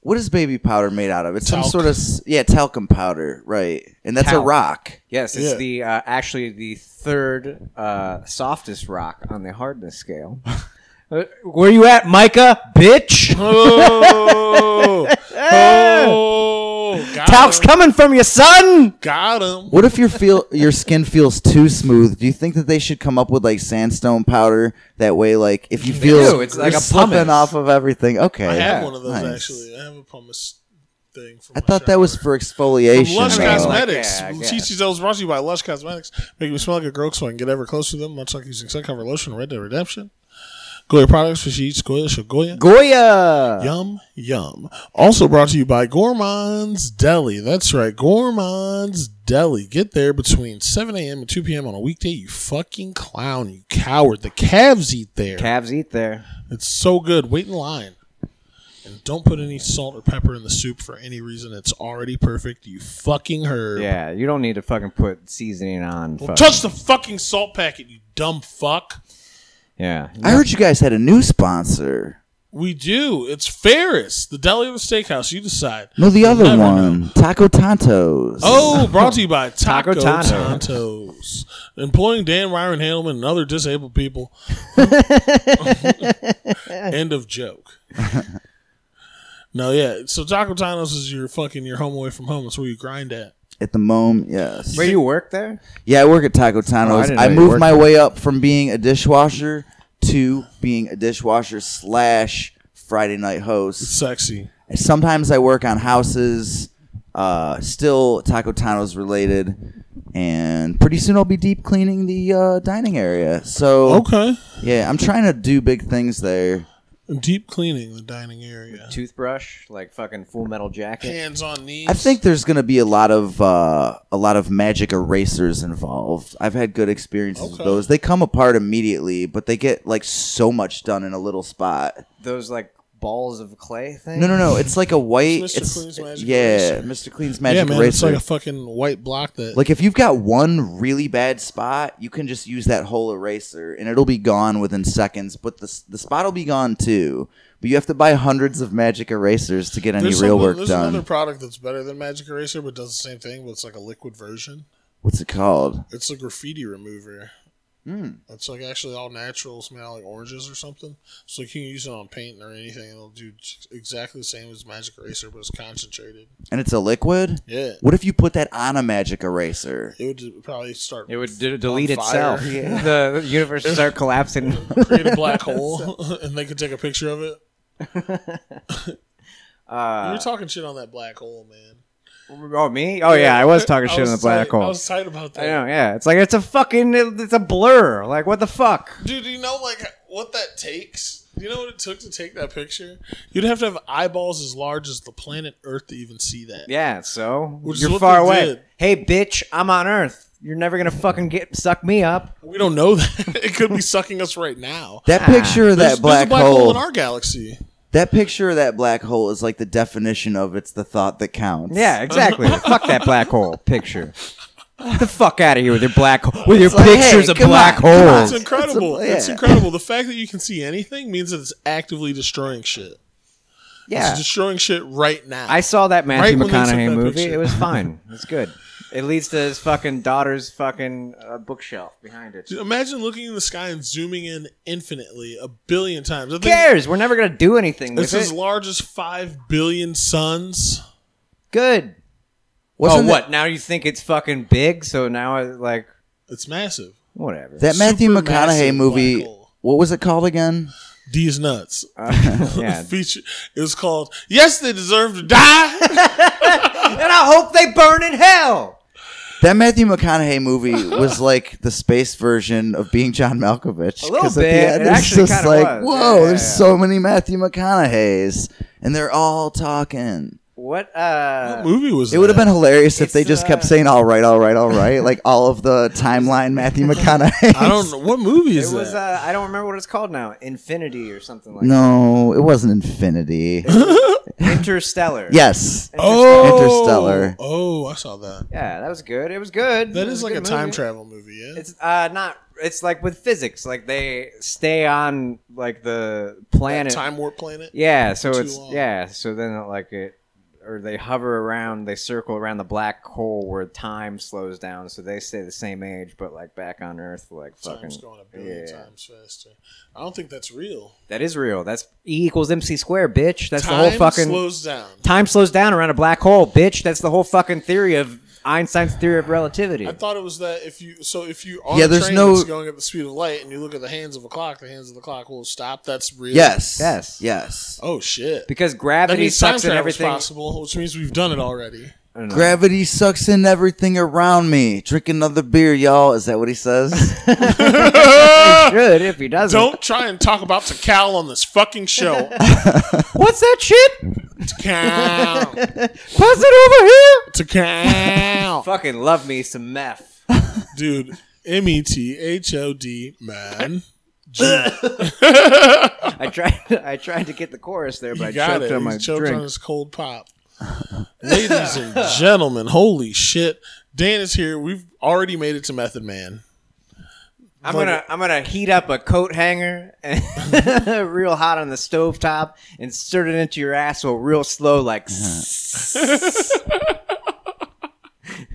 Speaker 1: What is baby powder made out of? It's
Speaker 2: Talc.
Speaker 1: some sort of s- yeah talcum powder, right? And that's a
Speaker 3: Talc.
Speaker 1: rock.
Speaker 3: Yes, it's
Speaker 2: Yeah.
Speaker 3: the uh, actually the third uh, softest rock on the hardness scale. Uh, Where you at, Micah? Bitch,
Speaker 2: Oh, oh, got
Speaker 3: talc's
Speaker 2: him.
Speaker 3: coming from you, son.
Speaker 2: Got him.
Speaker 1: What if your feel your skin feels too smooth? Do you think that they should come up with like sandstone powder? That way, like if you feel
Speaker 3: do. It's like
Speaker 1: you're
Speaker 3: a
Speaker 1: slipping
Speaker 3: pumice.
Speaker 1: off of everything. Okay,
Speaker 2: I have one of those
Speaker 1: Nice.
Speaker 2: actually. I have a pumice thing. From
Speaker 1: I thought that was for
Speaker 2: from
Speaker 1: exfoliation.
Speaker 2: Lush
Speaker 1: though.
Speaker 3: Cosmetics.
Speaker 2: Cosmetics.
Speaker 3: Yeah, I guess.
Speaker 2: Lucici Zell is brought to you by Lush Cosmetics. Make me smell like a girl so I can get ever closer to them, much like using sun cover lotion in Red Dead Redemption. Goya products for she eats Goya, she'll Goya.
Speaker 3: Goya.
Speaker 2: Yum, yum. Also brought to you by Gourmand's Deli. That's right, Gourmand's Deli. Get there between 7 a.m. and 2 p.m. on a weekday, you fucking clown, you coward. The calves eat there.
Speaker 3: Calves eat there.
Speaker 2: It's so good. Wait in line. And don't put any salt or pepper in the soup for any reason. It's already perfect. You fucking herb.
Speaker 3: Yeah, you don't need to fucking put seasoning on. fucking-
Speaker 2: Touch the fucking salt packet, you dumb fuck.
Speaker 3: yeah,
Speaker 1: I heard you guys had a new sponsor.
Speaker 2: We do. It's Ferris, the deli or the steakhouse. You decide.
Speaker 1: No, the
Speaker 2: You'll
Speaker 1: other
Speaker 2: never
Speaker 1: one, Taco Tantos.
Speaker 2: Oh, brought to you by Taco,
Speaker 3: Taco Tonto.
Speaker 2: Tontos. Employing Dan Ryan Handelman and other disabled people. End of joke. no, yeah. So Taco Tontos is your fucking your home away from home. That's where you grind at.
Speaker 1: at the moment, yes.
Speaker 3: Where you work there?
Speaker 1: Yeah, I work at Taco
Speaker 3: Oh, I
Speaker 1: Tano's.
Speaker 3: didn't know
Speaker 1: I,
Speaker 3: you
Speaker 1: moved
Speaker 3: worked
Speaker 1: my
Speaker 3: there.
Speaker 1: way up from being a dishwasher to being a dishwasher slash Friday night host.
Speaker 2: Sexy.
Speaker 1: Sometimes I work on houses, uh, still Taco Tano's related, and pretty soon I'll be deep cleaning the uh, dining area. So
Speaker 2: Okay.
Speaker 1: yeah, I'm trying to do big things there.
Speaker 2: Deep cleaning the dining area.
Speaker 3: Toothbrush, like fucking Full Metal Jacket.
Speaker 2: Hands on knees.
Speaker 1: I think there's going to be a lot of uh, a lot of magic erasers involved. I've had good experiences
Speaker 2: Okay.
Speaker 1: with those. They come apart immediately, but they get like so much done in a little spot.
Speaker 3: Those like balls of clay thing.
Speaker 1: No, no, no. It's like a white.
Speaker 2: Mr.
Speaker 1: It's,
Speaker 2: Clean's magic
Speaker 1: yeah,
Speaker 2: eraser.
Speaker 1: Mr. Clean's
Speaker 2: yeah,
Speaker 1: magic
Speaker 2: man, it's
Speaker 1: eraser.
Speaker 2: like a
Speaker 1: like,
Speaker 2: fucking white block that.
Speaker 1: if you've got one really bad spot, you can just use that whole eraser, and it'll be gone within seconds. But the s- the spot will be gone too. But you have to buy hundreds of magic erasers to get any
Speaker 2: there's
Speaker 1: real
Speaker 2: something-
Speaker 1: work
Speaker 2: there's
Speaker 1: done.
Speaker 2: another product that's better than Magic Eraser, but does the same thing, but it's like a liquid version.
Speaker 1: What's it called?
Speaker 2: It's a graffiti remover.
Speaker 3: Hmm.
Speaker 2: It's like actually all natural, smell like oranges or something. So you can use it on paint or anything. and It'll do j- exactly the same as Magic Eraser, but it's concentrated.
Speaker 1: And it's a liquid.
Speaker 2: Yeah,
Speaker 1: What if you put that on a magic eraser?
Speaker 2: it would d- probably start.
Speaker 3: It would d- delete
Speaker 2: on fire.
Speaker 3: itself. The universe would start collapsing.
Speaker 2: create a black hole, and they could take a picture of it.
Speaker 3: Uh,
Speaker 2: you were talking shit on that black hole, man.
Speaker 3: oh me? Oh yeah, I was talking shit in the
Speaker 2: was
Speaker 3: black
Speaker 2: tight-
Speaker 3: hole.
Speaker 2: I was tight about that.
Speaker 3: I know. Yeah, it's like it's a fucking it's a blur. Like what the fuck?
Speaker 2: Dude, do you know like what that takes? Do You know what it took to take that picture? You'd have to have eyeballs as large as the planet Earth to even see that.
Speaker 3: Yeah, so
Speaker 2: Which is
Speaker 3: you're
Speaker 2: what
Speaker 3: far
Speaker 2: they
Speaker 3: away.
Speaker 2: did.
Speaker 3: Hey, bitch, I'm on Earth. You're never gonna fucking get suck me up.
Speaker 2: We don't know that. it could be sucking us right now.
Speaker 3: Ah.
Speaker 1: That picture of
Speaker 2: There's-
Speaker 1: that black,
Speaker 2: there's a black hole.
Speaker 1: hole.
Speaker 2: in our galaxy.
Speaker 1: that picture of that black hole is like the definition of it's the thought that counts.
Speaker 3: Yeah, exactly. fuck that black hole picture. Get the fuck out of here with your black hole with your
Speaker 1: like,
Speaker 3: pictures
Speaker 1: hey,
Speaker 3: of
Speaker 1: come
Speaker 3: black
Speaker 1: on, come on.
Speaker 2: It's
Speaker 3: holes.
Speaker 2: incredible.
Speaker 1: yeah.
Speaker 2: It's incredible. The fact that you can see anything means that it's actively destroying shit.
Speaker 3: Yeah,
Speaker 2: It's destroying shit right now.
Speaker 3: I saw that Matthew
Speaker 2: Right when they took
Speaker 3: McConaughey
Speaker 2: that
Speaker 3: movie.
Speaker 2: picture.
Speaker 3: It was fine. It's good. It leads to his fucking daughter's fucking uh, bookshelf behind it.
Speaker 2: Dude, imagine looking in the sky and zooming in infinitely a billion times. I
Speaker 3: Who
Speaker 2: think
Speaker 3: cares? We're never gonna do anything with
Speaker 2: It's as
Speaker 3: it.
Speaker 2: large as five billion suns.
Speaker 3: good.
Speaker 1: Wasn't
Speaker 3: oh,
Speaker 1: that-
Speaker 3: what? now you think it's fucking big? So now, I, like,
Speaker 2: It's massive.
Speaker 3: whatever.
Speaker 1: That Matthew
Speaker 2: Supermassive
Speaker 1: McConaughey
Speaker 2: black
Speaker 1: movie.
Speaker 2: hole.
Speaker 1: What was it called again?
Speaker 2: These nuts.
Speaker 3: yeah.
Speaker 2: Feature. It was called "Yes, They Deserve to Die."
Speaker 3: and I hope they burn in hell.
Speaker 1: That Matthew McConaughey movie was like the space version of being John Malkovich.
Speaker 3: A little
Speaker 1: 'Cause at the
Speaker 3: bit.
Speaker 1: end,
Speaker 3: It
Speaker 1: it's
Speaker 3: actually
Speaker 1: just
Speaker 3: kinda
Speaker 1: like,
Speaker 3: was.
Speaker 1: whoa,
Speaker 3: Yeah,
Speaker 1: there's
Speaker 3: yeah,
Speaker 1: so many Matthew McConaugheys, and they're all talking.
Speaker 3: What? Uh,
Speaker 2: What movie was
Speaker 1: It would have
Speaker 2: that?
Speaker 1: been hilarious if
Speaker 3: It's,
Speaker 1: they just kept
Speaker 3: uh,
Speaker 1: saying "all right, all right, all right," like all of the timeline Matthew McConaughey.
Speaker 2: I don't know what movie
Speaker 3: it
Speaker 2: is
Speaker 3: was.
Speaker 2: that.
Speaker 3: Uh, I don't remember what it's called now. Infinity or something like
Speaker 1: No, it wasn't Infinity.
Speaker 3: that. Interstellar.
Speaker 1: yes,
Speaker 2: oh,
Speaker 1: uh, Interstellar.
Speaker 2: Oh, I saw that.
Speaker 3: Yeah, that was good. It was good.
Speaker 2: That
Speaker 3: It was
Speaker 2: is like a
Speaker 3: good
Speaker 2: time
Speaker 3: movie.
Speaker 2: travel movie. Yeah.
Speaker 3: It's uh not. It's like with physics. Like they stay on like the planet.
Speaker 2: time warp planet.
Speaker 3: Yeah. So
Speaker 2: too
Speaker 3: it's
Speaker 2: long.
Speaker 3: yeah. So then it, like it. Or they hover around, they circle around the black hole where time slows down, so they stay the same age, but like back on Earth, like fucking.
Speaker 2: Time's going a billion
Speaker 3: yeah.
Speaker 2: times faster. I don't think that's real.
Speaker 3: That is real. That's E equals MC square, bitch. That's
Speaker 2: Time
Speaker 3: the whole fucking.
Speaker 2: slows down.
Speaker 3: time slows down around a black hole, bitch. That's the whole fucking theory of Einstein's theory of relativity.
Speaker 2: I thought it was that if you so if you on
Speaker 1: Yeah,
Speaker 2: a
Speaker 1: there's
Speaker 2: train
Speaker 1: no-
Speaker 2: that's going at the speed of light and you look at the hands of a clock, the hands of the clock will stop. That's real.
Speaker 1: Yes,
Speaker 3: Yes.
Speaker 1: yes.
Speaker 2: Oh shit.
Speaker 3: because
Speaker 2: That
Speaker 3: gravity
Speaker 2: means time
Speaker 3: sucks in
Speaker 2: travel is
Speaker 3: everything.
Speaker 2: possible, which means we've done it already.
Speaker 1: Gravity sucks in everything around me. Drink another beer, y'all. Is that what he says?
Speaker 3: Good if he doesn't.
Speaker 2: Don't try and talk about Takal on this fucking show.
Speaker 3: What's that shit?
Speaker 2: Takal.
Speaker 3: Pass it over here.
Speaker 2: Takal.
Speaker 3: Fucking love me some meth.
Speaker 2: Dude, M E T H O D, man. G-
Speaker 3: I tried. I tried to get the chorus there, but
Speaker 2: he
Speaker 3: I
Speaker 2: got
Speaker 3: choked
Speaker 2: it.
Speaker 3: on my
Speaker 2: He choked
Speaker 3: drink.
Speaker 2: on his cold pop. Ladies and gentlemen, holy shit. Dan is here. We've already made it to Method Man.
Speaker 3: I'm gonna. I'm gonna heat up a coat hanger, and real hot on the stove top, and insert it into your asshole real slow, like. Uh-huh.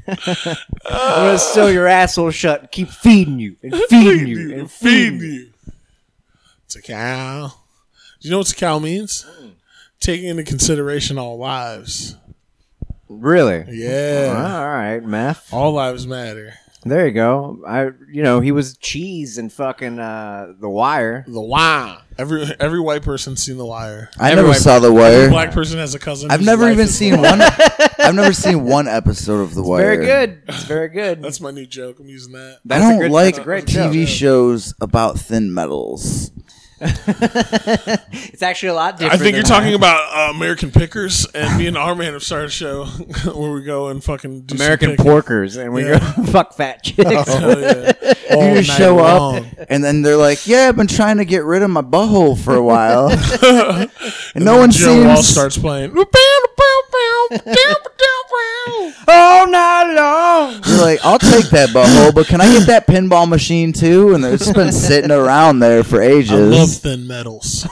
Speaker 3: I'm gonna sew your asshole shut. And keep feeding you and feeding you and feeding you.
Speaker 2: It's a cow. Do you know what a cow means? Taking into consideration all lives.
Speaker 3: Really?
Speaker 2: Yeah.
Speaker 3: All right, meth.
Speaker 2: All lives matter.
Speaker 3: There you go. I, you know, he was cheese and fucking uh, the wire.
Speaker 2: The wire. Every every white person's seen The Wire.
Speaker 1: I
Speaker 2: Every
Speaker 1: never
Speaker 2: white
Speaker 1: saw The
Speaker 2: Every
Speaker 1: Wire.
Speaker 2: black person has a cousin.
Speaker 1: I've
Speaker 2: whose
Speaker 1: never
Speaker 2: life
Speaker 1: even
Speaker 2: is
Speaker 1: seen
Speaker 2: black.
Speaker 1: one. I've never seen one episode of The Wire.
Speaker 3: Very good. It's very good.
Speaker 2: That's my new joke. I'm using that.
Speaker 1: I
Speaker 3: That's a
Speaker 1: don't
Speaker 3: good-
Speaker 1: like
Speaker 3: that's a great
Speaker 1: TV
Speaker 3: joke.
Speaker 1: shows about thin metals.
Speaker 3: It's actually a lot
Speaker 2: I
Speaker 3: different.
Speaker 2: think
Speaker 3: than
Speaker 2: you're
Speaker 3: that.
Speaker 2: talking about uh, American Pickers, and me and our man have started a show where we go and fucking do some
Speaker 3: American
Speaker 2: picking.
Speaker 3: porkers, and we
Speaker 2: Yeah.
Speaker 3: go fuck fat chicks.
Speaker 2: Oh, yeah. All
Speaker 1: just
Speaker 2: night
Speaker 1: show up.
Speaker 2: long.
Speaker 1: And then they're like, "Yeah, I've been trying to get rid of my butthole for a while, and, no one
Speaker 2: Joe Wall
Speaker 1: seems."
Speaker 2: starts playing.
Speaker 3: All night long.
Speaker 1: You're like, "I'll take that butthole, but can I get that pinball machine too?" And it's been sitting around there for
Speaker 2: I love
Speaker 1: ages.
Speaker 2: thin metals.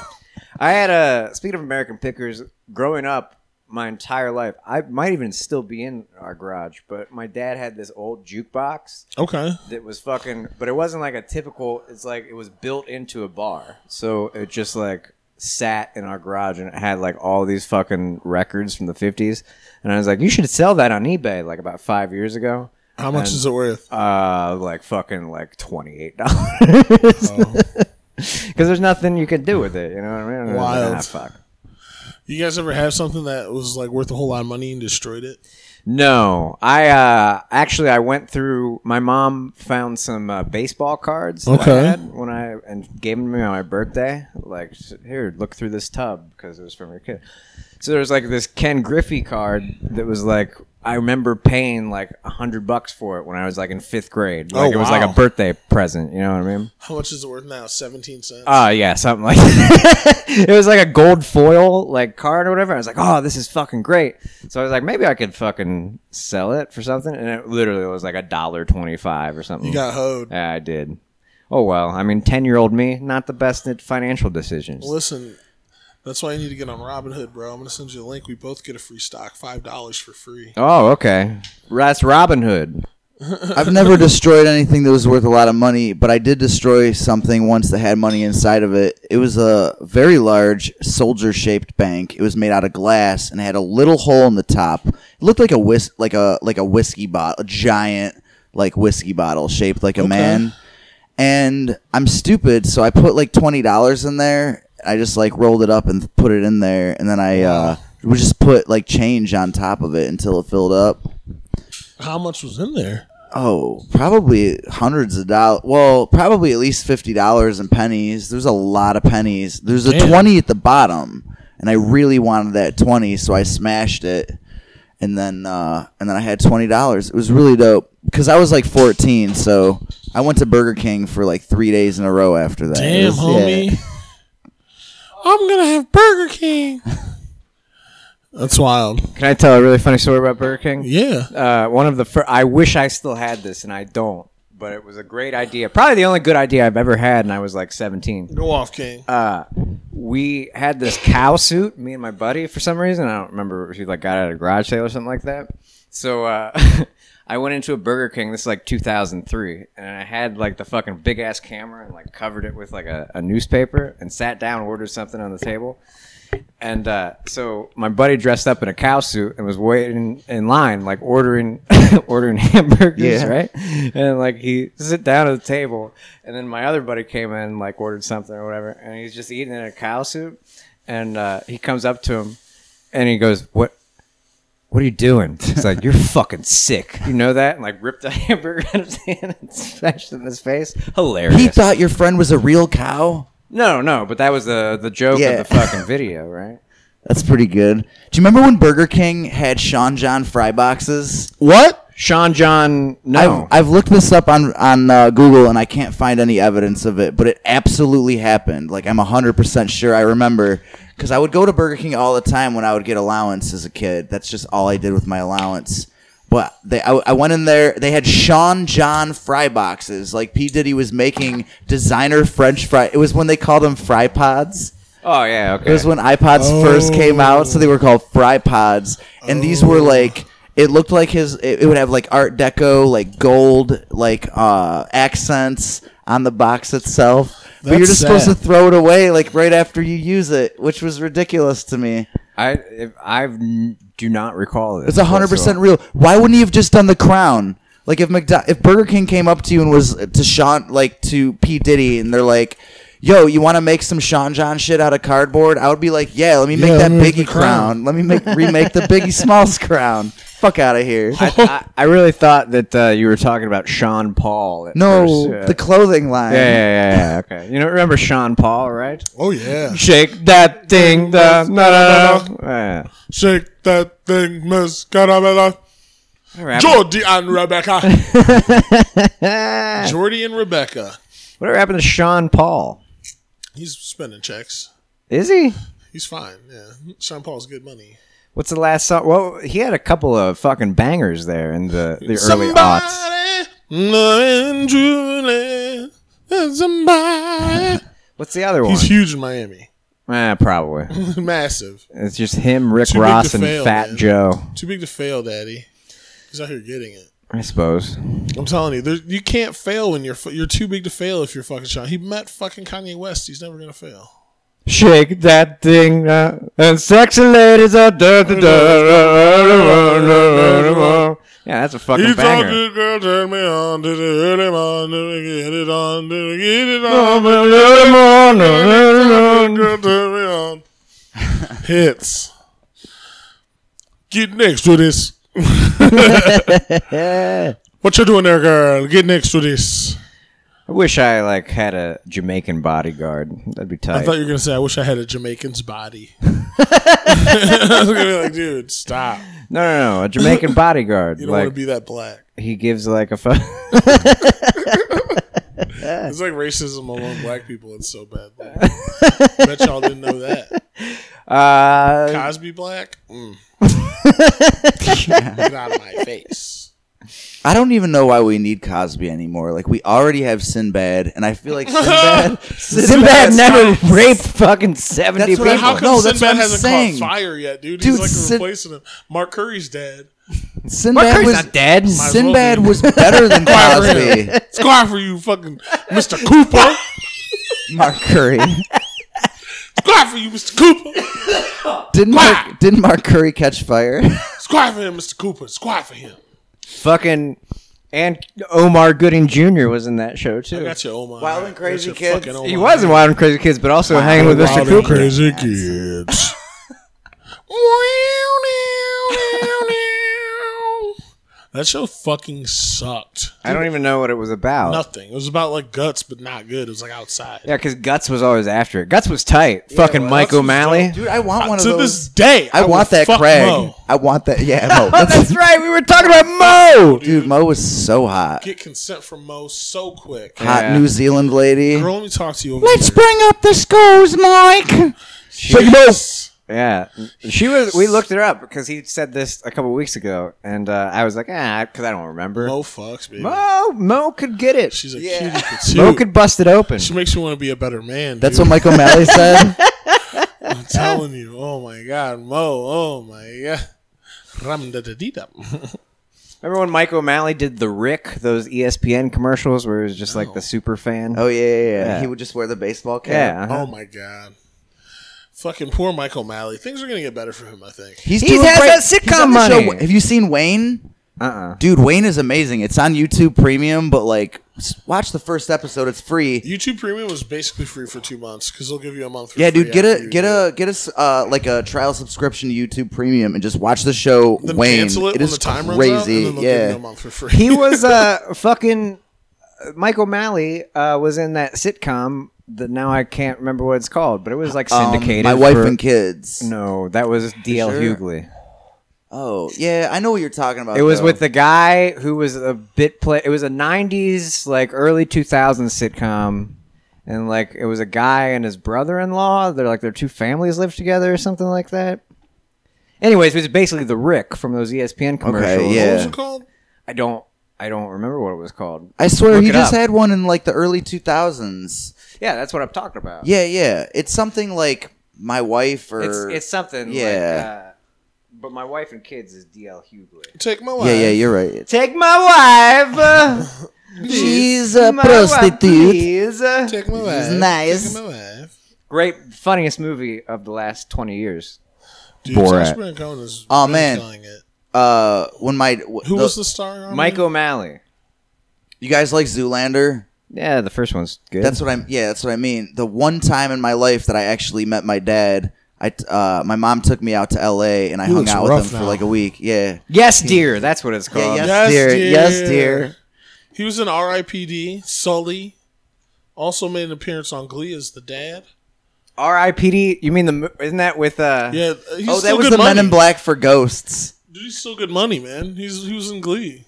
Speaker 3: I had a speaking of American pickers. Growing up, my entire life, I might even still be in our garage, but my dad had this old jukebox
Speaker 2: Okay.
Speaker 3: that was fucking. But it wasn't like a typical. It's like it was built into a bar, so it just like sat in our garage and it had like all these fucking records from the 50s and i was like you should sell that on ebay like about five years ago
Speaker 2: How much
Speaker 3: And-
Speaker 2: is it worth?
Speaker 3: Uh, like fucking like twenty eight dollars. Because
Speaker 2: Oh.
Speaker 3: there's nothing you can do with it. You know what I mean?
Speaker 2: Wild.
Speaker 3: Ah, fuck.
Speaker 2: You guys ever have something that was like worth a whole lot of money and destroyed it?
Speaker 3: No, I uh actually I went through. My mom found some uh, baseball cards. That
Speaker 2: Okay.
Speaker 3: I had when I and gave them to me on my birthday. Like here, look through this tub because it was from your kid. So there was like this Ken Griffey card that was like. I remember paying like a hundred bucks for it when I was like in fifth grade. Like it was like
Speaker 2: Oh, wow.
Speaker 3: a birthday present. You know what I mean?
Speaker 2: How much is it worth now? Seventeen cents.
Speaker 3: Uh yeah, something like that. it was like a gold foil like card or whatever. I was like, oh, this is fucking great. So I was like, maybe I could fucking sell it for something. And it literally was like a dollar twenty five or something.
Speaker 2: you got hoed.
Speaker 3: yeah, I did. Oh well, I mean, ten year old me, not the best at financial decisions.
Speaker 2: Listen, that's why you need to get on Robinhood, bro. I'm gonna send you a link. We both get a free stock, five dollars for free.
Speaker 3: Oh okay, that's Robin Hood.
Speaker 1: I've never destroyed anything that was worth a lot of money, but I did destroy something once that had money inside of it. It was a very large soldier-shaped bank. It was made out of glass and had a little hole in the top. It looked like a whis- like a like a whiskey bottle, a giant like whiskey bottle shaped like a man. And I'm stupid, so I put like twenty dollars in there. I just like rolled it up and put it in there, and then I uh, would just put like change on top of it until it filled up.
Speaker 2: How much was in there?
Speaker 1: Oh, probably hundreds of dollars. Well, probably at least fifty dollars in pennies. There's a lot of pennies. There's a
Speaker 2: Damn.
Speaker 1: twenty at the bottom, and I really wanted that twenty, so I smashed it, and then uh, and then I had twenty dollars. It was really dope because I was like fourteen, so I went to Burger King for like three days in a row after that. It
Speaker 2: Damn,
Speaker 1: was-
Speaker 2: homie.
Speaker 1: yeah.
Speaker 2: I'm gonna have Burger King. That's wild.
Speaker 3: Can I tell a really funny story about Burger King?
Speaker 2: Yeah.
Speaker 3: uh, one of the first. I wish I still had this, and I don't. But it was a great idea. Probably the only good idea I've ever had, and I was like 17.
Speaker 2: Go off, King.
Speaker 3: Uh, We had this cow suit, me and my buddy, for some reason. I don't remember if he like got it at a garage sale or something like that. So uh, I went into a Burger King. This is like 2003, and I had like the fucking big ass camera and like covered it with like a, a newspaper and sat down, ordered something on the table. And uh, so my buddy dressed up in a cow suit and was waiting in line, like ordering ordering hamburgers,
Speaker 1: Yeah.
Speaker 3: right? And like he sit down at the table, and then my other buddy came in, like ordered something or whatever, and he's just eating in a cow suit, and uh, he comes up to him, and he goes, "What? What are you doing?" He's like, "You're fucking sick." You know that? And like ripped a hamburger out of his hand and smashed it in his face. Hilarious.
Speaker 1: He thought your friend was a real cow.
Speaker 3: no, no, but that was the the joke
Speaker 1: Yeah.
Speaker 3: of the fucking video, right?
Speaker 1: That's pretty good. Do you remember when Burger King had Sean John fry boxes?
Speaker 3: What? Sean John? No.
Speaker 1: I've, I've looked this up on on uh, Google and I can't find any evidence of it, but it absolutely happened. Like I'm hundred percent sure. I remember because I would go to Burger King all the time when I would get allowance as a kid. That's just all I did with my allowance. But they, I, I went in there. They had Sean John fry boxes. Like P Diddy was making designer French fry. It was when they called them fry pods.
Speaker 3: oh yeah. Okay.
Speaker 1: It was when iPods first came out, so they were called Fry Pods, and these
Speaker 2: Oh.
Speaker 1: were like it looked like his. It, it would have like Art Deco, like gold, like uh, accents on the box itself. but you're
Speaker 2: That's
Speaker 1: just
Speaker 2: sad.
Speaker 1: supposed to throw it away like right after you use it, which was ridiculous to me.
Speaker 3: I if, I've n- do not recall this.
Speaker 1: It's hundred percent real. Why wouldn't he have just done the crown? Like if McDo- if Burger King came up to you and was to Sean like to P Diddy and they're like, "Yo, you want to make some Sean John shit out of cardboard?" I would be like, "Yeah, let me make
Speaker 2: Yeah, let
Speaker 1: that
Speaker 2: me make
Speaker 1: Biggie
Speaker 2: the
Speaker 1: crown.
Speaker 2: crown."
Speaker 1: Let me make remake the Biggie Smalls crown." fuck out of here.
Speaker 3: I, I, I really thought that uh, you were talking about Sean Paul. At
Speaker 1: No,
Speaker 3: first, yeah.
Speaker 1: the clothing line.
Speaker 3: yeah, yeah, yeah, yeah, Okay, you know, remember Sean Paul, right?
Speaker 2: Oh yeah,
Speaker 3: Shake that thing, da, na, na, na. Yeah.
Speaker 2: shake that thing, Miss Caramella. Jordy and Rebecca. Jordy and Rebecca.
Speaker 3: Whatever happened to Sean Paul?
Speaker 2: He's spending checks.
Speaker 3: Is he?
Speaker 2: He's fine. Yeah, Sean Paul's good money.
Speaker 3: What's the last song? Well, he had a couple of fucking bangers there in the, the early aughts.
Speaker 2: loving Julie, and somebody.
Speaker 3: What's the other one?
Speaker 2: He's huge in Miami.
Speaker 3: Eh, probably.
Speaker 2: Massive.
Speaker 3: It's just him, Rick
Speaker 2: Too big
Speaker 3: Ross,
Speaker 2: to
Speaker 3: and
Speaker 2: fail,
Speaker 3: Fat
Speaker 2: man.
Speaker 3: Joe,
Speaker 2: Too big to fail, Daddy. He's out here getting it.
Speaker 3: I suppose.
Speaker 2: I'm telling you, there, you can't fail when you're fu- you're too big to fail if you're fucking Sean. He met fucking Kanye West. He's never gonna fail.
Speaker 3: Shake that thing, uh, and sexy ladies are da da da da da da da. Yeah, that's a fucking
Speaker 2: He thought
Speaker 3: banger.
Speaker 2: this girl turned me on. Did it hit him on? Did it get it on? Did it get it on?
Speaker 3: Well,
Speaker 2: Hits. Get next to this. what you doing there, girl? Get next to this.
Speaker 3: I wish I like had a Jamaican bodyguard. That'd be
Speaker 2: I
Speaker 3: tight.
Speaker 2: thought you were gonna say, "I wish I had a Jamaican's body." I was gonna be like, "Dude, stop!
Speaker 3: no, no, no, a Jamaican bodyguard.
Speaker 2: You don't want
Speaker 3: like
Speaker 2: to be that black."
Speaker 3: he gives like a fu-
Speaker 2: It's like racism among black people. It's so bad. Bet y'all didn't know that.
Speaker 3: uh,
Speaker 2: Cosby black. Mm. Get out of my face.
Speaker 1: I don't even know why we need Cosby anymore. Like we already have Sinbad, and I feel like Sinbad,
Speaker 3: Sinbad
Speaker 1: Sinbad's
Speaker 3: never
Speaker 1: not-
Speaker 3: raped fucking seventy
Speaker 1: That's what I-
Speaker 2: How
Speaker 3: people.
Speaker 2: come
Speaker 1: No, that's
Speaker 2: Sinbad
Speaker 1: what I'm
Speaker 2: hasn't
Speaker 1: saying.
Speaker 2: caught fire yet, dude?
Speaker 1: Dude,
Speaker 2: He's like
Speaker 1: Sin-
Speaker 2: replacing him. Mark Curry's dad.
Speaker 1: Sinbad
Speaker 3: Curry's
Speaker 1: was
Speaker 3: not dead. Might
Speaker 2: as well
Speaker 1: Sinbad
Speaker 2: be.
Speaker 1: was better than
Speaker 2: Quiet for
Speaker 1: Cosby.
Speaker 2: him. It's quiet for you, fucking Mr. Cooper.
Speaker 1: Mark Curry
Speaker 2: It's quiet for you, Mr. Cooper.
Speaker 1: didn't Mark, didn't Mark Curry catch fire?
Speaker 2: It's quiet for him, Mr. Cooper. It's quiet for him.
Speaker 3: Fucking and Omar Gooding Jr. was in that show
Speaker 2: I
Speaker 3: too.
Speaker 2: got you, Omar.
Speaker 1: Wild and
Speaker 2: Got
Speaker 1: Crazy
Speaker 2: your
Speaker 1: Kids.
Speaker 2: fucking
Speaker 3: He
Speaker 2: Omar.
Speaker 3: was in Wild and Crazy Kids, but also hanging with Mr.
Speaker 2: Wild and
Speaker 3: Cooper.
Speaker 2: Crazy Kids. that show fucking sucked.
Speaker 3: I don't even know what it was about.
Speaker 2: Nothing. It was about like guts, but not good. It was like outside.
Speaker 3: Yeah, because Guts was always after it. Guts was tight. Fucking
Speaker 2: well, Guts
Speaker 3: Mike
Speaker 2: was
Speaker 3: O'Malley.
Speaker 1: Dude, I want one of
Speaker 2: to
Speaker 1: those.
Speaker 2: this day,
Speaker 1: I,
Speaker 2: will
Speaker 1: want that
Speaker 2: fuck
Speaker 1: Craig.
Speaker 2: Mo.
Speaker 1: I want that. Yeah, Mo.
Speaker 3: Oh,
Speaker 1: That's-
Speaker 3: that's right. We were talking about Mo.
Speaker 1: dude, Mo was so hot.
Speaker 2: Get consent from Mo so quick.
Speaker 1: Hot
Speaker 3: Yeah.
Speaker 1: New Zealand lady.
Speaker 2: Girl, let me talk to you. Over here.
Speaker 1: up the scores, Mike.
Speaker 2: Yes.
Speaker 3: Yeah, she was. We looked her up because he said this a couple weeks ago, and uh, I was like, ah, because I don't remember.
Speaker 2: Mo fucks, baby.
Speaker 3: Mo, Mo could get it.
Speaker 2: She's a
Speaker 1: Yeah.
Speaker 2: cutie patootie.
Speaker 3: Mo could bust it open.
Speaker 2: She makes you want to be a better man.
Speaker 1: That's
Speaker 2: dude.
Speaker 1: what Mike O'Malley said.
Speaker 2: I'm telling
Speaker 1: Eh.
Speaker 2: you. Oh my god, Mo. Oh my god. Ram da da dee dum.
Speaker 1: Uh-huh.
Speaker 3: Remember when Mike O'Malley did the Rick those E ESPN commercials where it was just like the super fan?
Speaker 1: Oh yeah, yeah, yeah.
Speaker 3: Yeah.
Speaker 1: He would just wear the baseball cap.
Speaker 3: yeah. Uh-huh.
Speaker 2: Oh my god. Fucking poor Michael Malley. Things are gonna get better for him, I think.
Speaker 1: He's
Speaker 3: He
Speaker 1: doing
Speaker 3: has
Speaker 1: great.
Speaker 3: that sitcom
Speaker 1: on the
Speaker 3: money.
Speaker 1: Have you seen Wayne?
Speaker 3: Uh
Speaker 2: Uh-uh.
Speaker 3: uh
Speaker 1: Dude, Wayne is amazing. It's on YouTube Premium, but like, s- watch the first episode. It's free.
Speaker 2: YouTube Premium was basically free for two months because they'll give you a month. For
Speaker 1: Yeah,
Speaker 2: free
Speaker 1: dude, get
Speaker 2: after
Speaker 1: a
Speaker 2: you
Speaker 1: get
Speaker 2: do
Speaker 1: a get a s- uh, like a trial subscription to YouTube Premium and just watch the show
Speaker 2: Then
Speaker 1: Wayne.
Speaker 2: cancel it,
Speaker 1: it
Speaker 2: when
Speaker 1: is
Speaker 2: the time runs out, and
Speaker 1: crazy.
Speaker 2: then they'll give you a
Speaker 1: yeah,
Speaker 2: month for free.
Speaker 3: He was uh fucking Mike O'Malley uh, was in that sitcom that now I can't remember what it's called, but it was like
Speaker 1: Um,
Speaker 3: syndicated.
Speaker 1: my wife
Speaker 3: for-
Speaker 1: and kids.
Speaker 3: No, that was DL
Speaker 1: sure?
Speaker 3: Hughley.
Speaker 1: Oh yeah, I know what you're talking about.
Speaker 3: It was
Speaker 1: though.
Speaker 3: with the guy who was a bit play. It was a '90s, like early 2000s sitcom, and like it was a guy and his brother-in-law. They're like their two families lived together or something like that. Anyways, it was basically the Rick from those E ESPN commercials.
Speaker 2: What
Speaker 1: yeah.
Speaker 2: was it called?
Speaker 3: I don't, I don't remember what it was called.
Speaker 1: I swear
Speaker 3: Look
Speaker 1: he
Speaker 3: it
Speaker 1: just
Speaker 3: up.
Speaker 1: had one in like the early 2000s.
Speaker 3: Yeah, that's what I'm talking about.
Speaker 1: Yeah, yeah. It's something like my wife or
Speaker 3: it's it's something.
Speaker 1: Yeah.
Speaker 3: Yeah. Like, uh, but my wife and kids is DL Hughley.
Speaker 2: Take my wife.
Speaker 1: yeah, yeah. You're right. It's,
Speaker 3: Take my wife. uh,
Speaker 1: she's a
Speaker 3: my wife,
Speaker 1: prostitute.
Speaker 3: please, uh.
Speaker 2: Take my wife.
Speaker 1: nice.
Speaker 2: Take my wife.
Speaker 3: Great, funniest movie of the last 20 years.
Speaker 2: Dude,
Speaker 3: Borat.
Speaker 2: Sacha Baron Cohen is
Speaker 1: Aw,
Speaker 2: really
Speaker 1: man.
Speaker 2: killing it.
Speaker 1: Uh, when my w-
Speaker 2: Who
Speaker 1: the-
Speaker 2: was the star? on
Speaker 3: Mike
Speaker 2: it?
Speaker 3: O'Malley.
Speaker 1: you guys like Zoolander?
Speaker 3: Yeah, the first one's good.
Speaker 1: That's what I'm. Yeah, that's what I mean. The one time in my life that I actually met my dad, I t- uh, my mom took me out to L.A. and I
Speaker 2: He
Speaker 1: hung
Speaker 2: looks
Speaker 1: out with
Speaker 2: rough
Speaker 1: him for
Speaker 2: now.
Speaker 1: like a week. Yeah,
Speaker 3: Yes, dear. That's what it's
Speaker 1: yeah,
Speaker 3: called.
Speaker 1: yes,
Speaker 2: Yes,
Speaker 1: dear.
Speaker 2: dear.
Speaker 1: yes, dear.
Speaker 2: He was in R.I.P.D. Sully. Also made an appearance on Glee as the dad.
Speaker 3: R.I.P.D. You mean the? mo- Isn't that with uh?
Speaker 2: Yeah, he's
Speaker 1: Oh,
Speaker 2: still
Speaker 1: that was
Speaker 2: good
Speaker 1: the
Speaker 2: money.
Speaker 1: Men in Black for Ghosts.
Speaker 2: Dude, he's still good money, man. He's he was in Glee.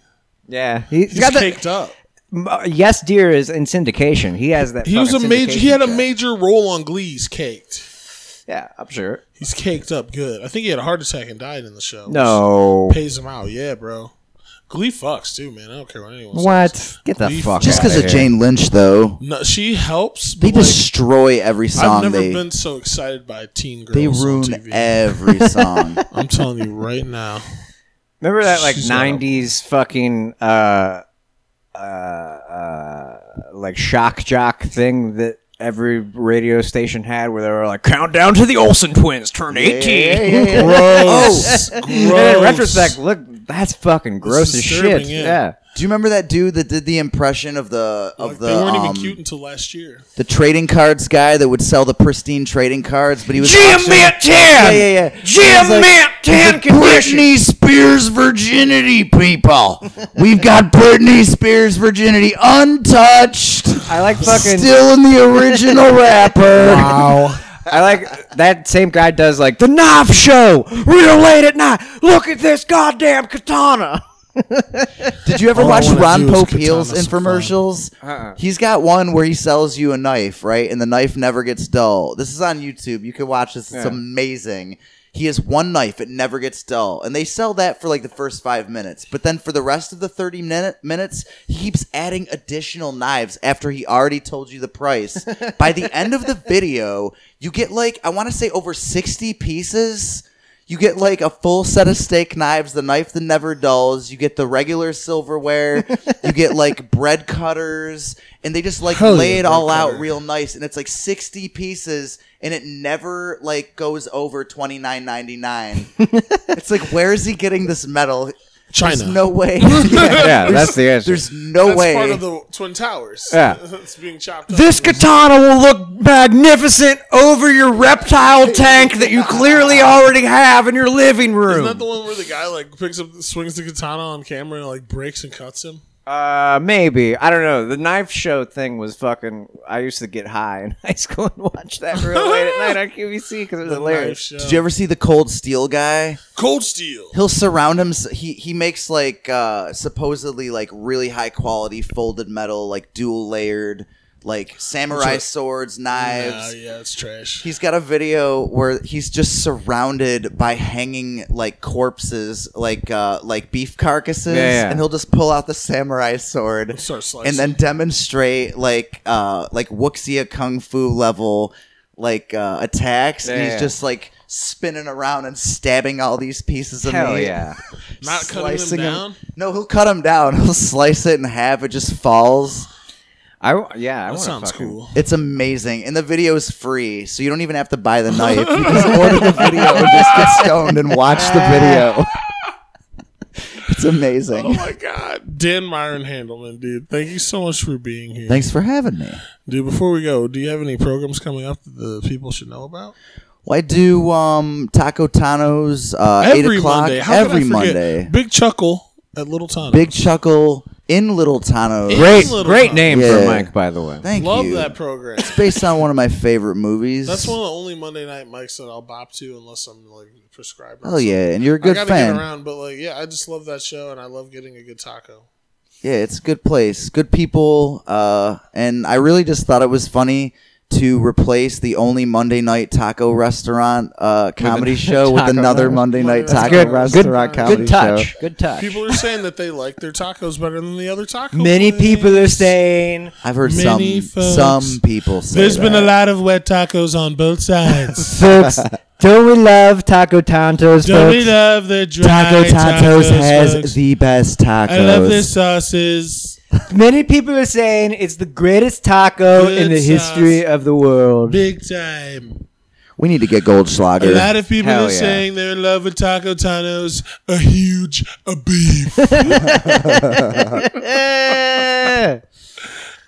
Speaker 3: yeah. He, has
Speaker 2: He's
Speaker 3: got the
Speaker 2: caked up.
Speaker 3: Uh, Yes, dear is in syndication. He has that.
Speaker 2: He was a
Speaker 3: fucking
Speaker 2: major. He had a
Speaker 3: syndication cut.
Speaker 2: major role on Glee. He's caked.
Speaker 3: Yeah, I'm sure.
Speaker 2: He's caked up good. I think he had a heart attack and died in the show. which
Speaker 3: No.
Speaker 2: pays him out. Yeah, bro. Glee fucks too, man. I don't care what anyone says.
Speaker 3: What? Get the
Speaker 2: Leave-
Speaker 3: fuck.
Speaker 1: Just
Speaker 3: outta
Speaker 1: because of
Speaker 3: here.
Speaker 1: Jane Lynch, though,
Speaker 2: No, she helps.
Speaker 1: they
Speaker 2: but, like,
Speaker 1: destroy every
Speaker 2: I've
Speaker 1: song.
Speaker 2: never
Speaker 1: They
Speaker 2: been so excited by teen girls.
Speaker 1: they
Speaker 2: on
Speaker 1: ruin
Speaker 2: TV.
Speaker 1: every song.
Speaker 2: I'm telling you right now.
Speaker 3: Remember that like
Speaker 2: She's got a-
Speaker 3: '90s fucking uh, uh, uh, like shock jock thing that every radio station had, where they were like, "Countdown to the Olsen twins, turn 18."
Speaker 1: Oh.
Speaker 2: Gross.
Speaker 3: And in
Speaker 2: Gross.
Speaker 3: retrospect, look, that's fucking gross as shit.
Speaker 2: disturbing,
Speaker 3: Yeah.
Speaker 2: yeah.
Speaker 1: Do you remember that dude that did the impression of the of
Speaker 2: Like,
Speaker 1: the
Speaker 2: they weren't
Speaker 1: um,
Speaker 2: even cute until last year.
Speaker 1: the trading cards guy that would sell the pristine trading cards, but he was
Speaker 3: Jim
Speaker 1: actually-
Speaker 3: Mint
Speaker 1: Yeah,
Speaker 3: Tan.
Speaker 1: yeah, yeah.
Speaker 3: Jim Mint Tan condition.
Speaker 1: Britney Spears virginity, people. We've got Britney Spears virginity untouched,
Speaker 3: I like fucking.
Speaker 1: still in the original wrapper.
Speaker 2: Wow.
Speaker 3: I like that same guy does like the knife show real late at night. Look at this goddamn katana.
Speaker 1: Did you ever
Speaker 2: All I
Speaker 1: watch
Speaker 2: wanna
Speaker 1: Ron
Speaker 2: do is
Speaker 1: Popeil's
Speaker 2: katana some
Speaker 1: infomercials?
Speaker 3: Uh-uh.
Speaker 1: He's got one where he sells you a knife, right? And the knife never gets dull. This is on YouTube. You can watch this. It's
Speaker 3: Yeah.
Speaker 1: amazing. He has one knife, it never gets dull. And they sell that for like the first five minutes. But then for the rest of the 30 minute, minutes, he keeps adding additional knives after he already told you the price. By the end of the video, you get like, I want to say over 60 pieces. You get like a full set of steak knives, the knife that never dulls. You get the regular silverware. you get like bread cutters, and they just like
Speaker 2: Hell
Speaker 1: lay
Speaker 2: yeah,
Speaker 1: it all
Speaker 2: bread
Speaker 1: out
Speaker 2: cutter.
Speaker 1: real nice. And it's like sixty pieces, and it never like goes over twenty nine ninety nine. It's like where is he getting this metal?
Speaker 2: China.
Speaker 1: There's no way.
Speaker 3: Yeah, that's the answer.
Speaker 1: There's no
Speaker 2: That's
Speaker 1: way.
Speaker 2: part of the Twin Towers.
Speaker 3: Yeah.
Speaker 2: it's being chopped
Speaker 3: This
Speaker 2: up.
Speaker 3: katana will look magnificent over your reptile tank that you clearly already have in your living
Speaker 2: Isn't that
Speaker 3: room.
Speaker 2: the one where the guy like picks up, swings the katana on camera and like breaks and cuts him?
Speaker 3: Uh, maybe I don't know. The knife show thing was fucking. I used to get high in high school and watch that real late at night on QVC because it was
Speaker 2: Knife
Speaker 3: hilarious.
Speaker 2: show.
Speaker 1: Did you ever see the Cold Steel guy?
Speaker 2: Cold Steel.
Speaker 1: he'll surround him he he makes like uh supposedly like really high quality folded metal like dual layered like samurai
Speaker 2: Which are-
Speaker 1: swords
Speaker 2: Nah,
Speaker 1: knives
Speaker 2: yeah, it's trash.
Speaker 1: he's got a video where he's just surrounded by hanging like corpses like uh like beef carcasses
Speaker 3: Yeah, yeah.
Speaker 1: and he'll just pull out the samurai sword
Speaker 2: Start slicing.
Speaker 1: and then demonstrate like uh like wuxia kung fu level like uh attacks and
Speaker 3: Yeah,
Speaker 1: he's
Speaker 3: yeah.
Speaker 1: just like spinning around and stabbing all these pieces of
Speaker 3: Hell
Speaker 1: meat
Speaker 3: yeah!
Speaker 2: Not cutting them
Speaker 1: slicing
Speaker 2: down.
Speaker 1: No, he'll cut him down. He'll slice it in half. It just falls.
Speaker 3: I w- yeah. I
Speaker 2: That
Speaker 3: wanna
Speaker 2: sounds
Speaker 3: fucking-
Speaker 2: cool.
Speaker 1: It's amazing, and the video is free, so you don't even have to buy the knife. You just order the video and just get stoned and watch the video. it's
Speaker 2: Oh
Speaker 1: amazing.
Speaker 2: my god, Dan Myron Handelman, dude. Thank you so much for being here,
Speaker 1: Thanks for having me.
Speaker 2: dude. Before we go, do you have any programs coming up that the people should know about?
Speaker 1: Well, I do um, Taco Tano's uh, eight o'clock
Speaker 2: How could I
Speaker 1: every
Speaker 2: forget?
Speaker 1: Monday.
Speaker 2: Big Chuckle at Little Town.
Speaker 1: Big chuckle in Little Tano's.
Speaker 3: Great,
Speaker 2: Little
Speaker 3: great
Speaker 2: Town.
Speaker 3: name
Speaker 1: Yeah.
Speaker 3: for Mike, by the way.
Speaker 1: Thank
Speaker 2: Love
Speaker 1: you.
Speaker 2: that program.
Speaker 1: Based on one of my favorite movies.
Speaker 2: That's one of the only Monday night mics that I'll bop to unless I'm like prescribed. or
Speaker 1: Oh yeah, and you're a
Speaker 2: something.
Speaker 1: good
Speaker 2: I gotta
Speaker 1: fan.
Speaker 2: get around, but like, yeah, I just love that show, and I love getting a good taco.
Speaker 1: Yeah, it's a good place, good people, uh, and I really just thought it was funny to replace the only Monday night taco restaurant uh, comedy show with
Speaker 3: taco
Speaker 1: another
Speaker 3: night.
Speaker 1: Monday night
Speaker 2: That's
Speaker 1: taco
Speaker 2: good- good-
Speaker 1: restaurant
Speaker 2: good
Speaker 1: comedy show.
Speaker 3: Good touch.
Speaker 2: People are saying that they like their tacos better than the other tacos.
Speaker 3: Many people are saying
Speaker 1: I've heard
Speaker 2: Many
Speaker 1: some
Speaker 2: folks.
Speaker 1: some people say
Speaker 2: There's been a
Speaker 1: that.
Speaker 2: lot of wet tacos on both sides.
Speaker 3: folks, do we love Taco Tantos,
Speaker 2: Don't we
Speaker 3: folks?
Speaker 2: love the dry
Speaker 1: Taco Tontos
Speaker 2: tacos,
Speaker 1: has
Speaker 2: folks?
Speaker 1: the best tacos.
Speaker 2: I love their sauces.
Speaker 3: Many people are saying it's the greatest taco
Speaker 2: Good
Speaker 3: in the history
Speaker 2: sauce.
Speaker 3: of the world.
Speaker 2: Big time.
Speaker 1: We need to get
Speaker 2: A lot
Speaker 1: Goldschlager.
Speaker 2: of people
Speaker 3: Hell
Speaker 2: are
Speaker 3: yeah.
Speaker 2: saying they're in love with Taco Tanos. A huge a beef.
Speaker 3: Eh.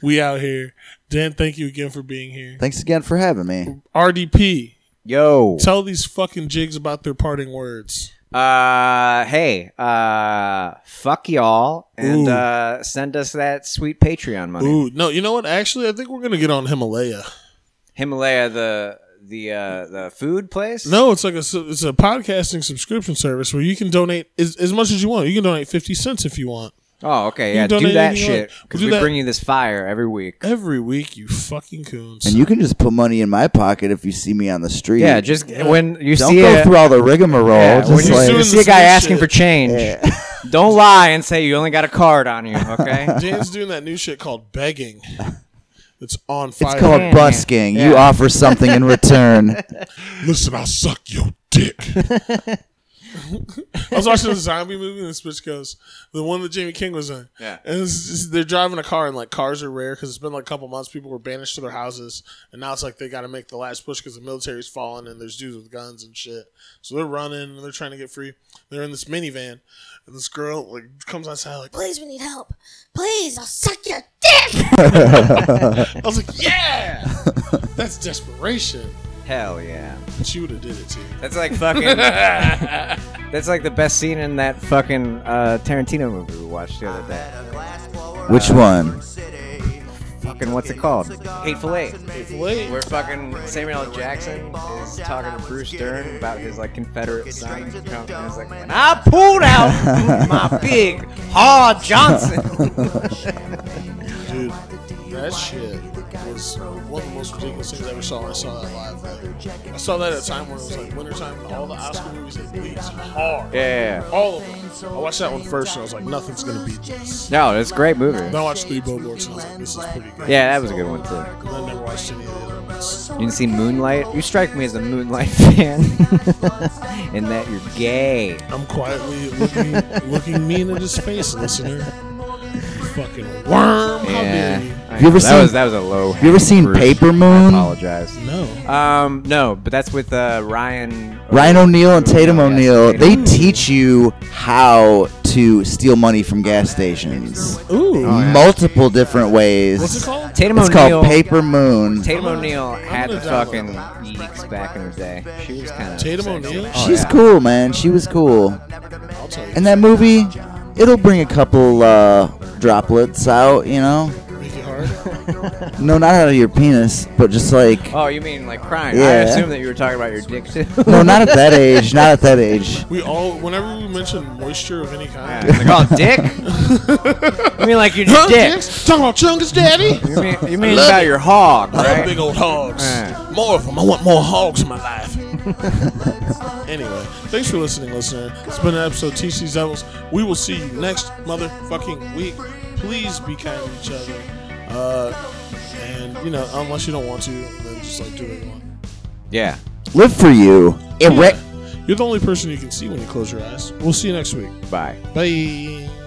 Speaker 2: we out here. Dan, thank you again for being here.
Speaker 1: Thanks again for having me.
Speaker 2: RDP,
Speaker 3: Yo.
Speaker 2: Tell these fucking jigs about their parting words.
Speaker 3: Uh, hey, uh, fuck y'all and
Speaker 2: Ooh.
Speaker 3: uh, send us that sweet Patreon money.
Speaker 2: Ooh, no, you know what? Actually, I think we're gonna get on Himalaya.
Speaker 3: Himalaya, the the uh, the food place.
Speaker 2: No, it's like a s- it's a podcasting subscription service where you can donate as, as much as you want. You can donate fifty cents if you want
Speaker 3: Oh, okay,
Speaker 2: You
Speaker 3: yeah,
Speaker 2: can
Speaker 3: do
Speaker 2: donate
Speaker 3: that
Speaker 2: anything you want.
Speaker 3: shit
Speaker 2: We'll
Speaker 3: because
Speaker 2: do
Speaker 3: we
Speaker 2: that.
Speaker 3: bring you this fire every week.
Speaker 2: every week. You fucking coons.
Speaker 1: And you can just put money in my pocket if you see me on the street.
Speaker 3: Yeah, just when you
Speaker 1: don't
Speaker 3: see
Speaker 1: go
Speaker 3: a,
Speaker 1: through all the rigmarole.
Speaker 3: yeah,
Speaker 1: just
Speaker 3: when you
Speaker 1: like-
Speaker 2: doing
Speaker 3: see, see a
Speaker 2: this
Speaker 3: guy
Speaker 2: new
Speaker 3: asking
Speaker 2: shit.
Speaker 3: for change, don't lie and say you only got a card on you. Okay.
Speaker 2: Dan's doing that new shit called begging. It's on fire.
Speaker 1: it's called
Speaker 3: Yeah.
Speaker 1: busking. You
Speaker 3: Yeah.
Speaker 1: offer something in return.
Speaker 2: Listen, I'll suck your dick. I was watching a zombie movie and this bitch goes, the one that Jamie King was in.
Speaker 3: Yeah.
Speaker 2: And it's, it's- they're driving a car and like cars are rare because it's been like a couple months. People were banished to their houses. And now it's like they got to make the last push because the military's fallen and there's dudes with guns and shit. So they're running and they're trying to get free. They're in this minivan. And this girl like comes outside like,
Speaker 6: Please, we need help. Please, I'll suck your dick.
Speaker 2: I was like, yeah! That's desperation.
Speaker 3: Hell yeah.
Speaker 2: And she would have did it too.
Speaker 3: That's like fucking. that's like the best scene in that fucking uh, Tarantino movie we watched the other day.
Speaker 1: Which one?
Speaker 3: Fucking what's it called? Hateful Eight.
Speaker 2: Wait.
Speaker 3: Where fucking Samuel L. Jackson is talking to Bruce Dern about his like Confederate sign and Trump, and he's like, "When I pulled out my big hard Johnson."
Speaker 2: Dude, that shit was one of the most ridiculous things I ever saw. when I saw that live. Like, I saw that at a time when it was like wintertime and all the Oscar movies had bleeds hard.
Speaker 3: yeah.
Speaker 2: All of them. I watched that one first and I was like, nothing's going to beat this.
Speaker 3: No, it's a great movie.
Speaker 2: Then I watched Three Billboards and I was like, this is pretty good.
Speaker 3: Yeah, that was a good one too.
Speaker 2: And then I never watched any of the other ones.
Speaker 3: You didn't see Moonlight? You strike me as a Moonlight fan, in that you're gay.
Speaker 2: I'm quietly looking, looking mean at his face, listener. Fucking worm. How
Speaker 3: Yeah.
Speaker 2: dare you?
Speaker 3: I
Speaker 1: You ever
Speaker 3: know, that
Speaker 1: seen-
Speaker 3: was that was a low.
Speaker 1: You ever seen Paper
Speaker 3: I
Speaker 1: Moon?
Speaker 3: apologize.
Speaker 2: No.
Speaker 3: Um, no, but that's with uh, Ryan.
Speaker 1: Ryan O'Neal and Tatum
Speaker 3: Yes,
Speaker 1: O'Neal,
Speaker 3: Tatum.
Speaker 1: they teach you how to steal money from gas stations.
Speaker 2: Ooh.
Speaker 1: Multiple different ways.
Speaker 2: Oh, What's it called?
Speaker 3: Tatum
Speaker 1: It's
Speaker 3: O'Neal.
Speaker 1: called Paper Moon.
Speaker 3: Tatum O'Neal had
Speaker 2: gonna
Speaker 3: the fucking leaks back in the day. She was Oh, kind of
Speaker 2: Tatum O'Neal?
Speaker 1: She's cool, man. She was cool.
Speaker 2: Oh, I'll tell you.
Speaker 1: And that movie, it'll bring a couple uh, droplets out, you know?
Speaker 2: Ricky Hart.
Speaker 1: No, not out of your penis, but just like.
Speaker 3: Oh, you mean like crying? I
Speaker 1: Yeah.
Speaker 3: assume that you were talking about your dick too.
Speaker 1: No, not at that age. Not at that age.
Speaker 2: We all, whenever we mention moisture of any kind,
Speaker 3: like, oh, dick? you mean like your
Speaker 2: Huh,
Speaker 3: dick?
Speaker 2: dicks? Talking about Chungus Daddy?
Speaker 3: You mean, you mean
Speaker 2: love
Speaker 3: about your hog,
Speaker 2: I love
Speaker 3: right?
Speaker 2: big old hogs.
Speaker 3: Yeah.
Speaker 2: More of them. I want more hogs in my life. anyway, thanks for listening, listener. It's been an episode of Teach These Devils. We will see you next motherfucking week. Please be kind to each other. Uh, and, you know, unless you don't want to, then just like do what you want.
Speaker 3: Yeah.
Speaker 1: Live for you. Erect.
Speaker 2: You're the only person you can see when you close your eyes. We'll see you next week.
Speaker 3: Bye.
Speaker 2: Bye.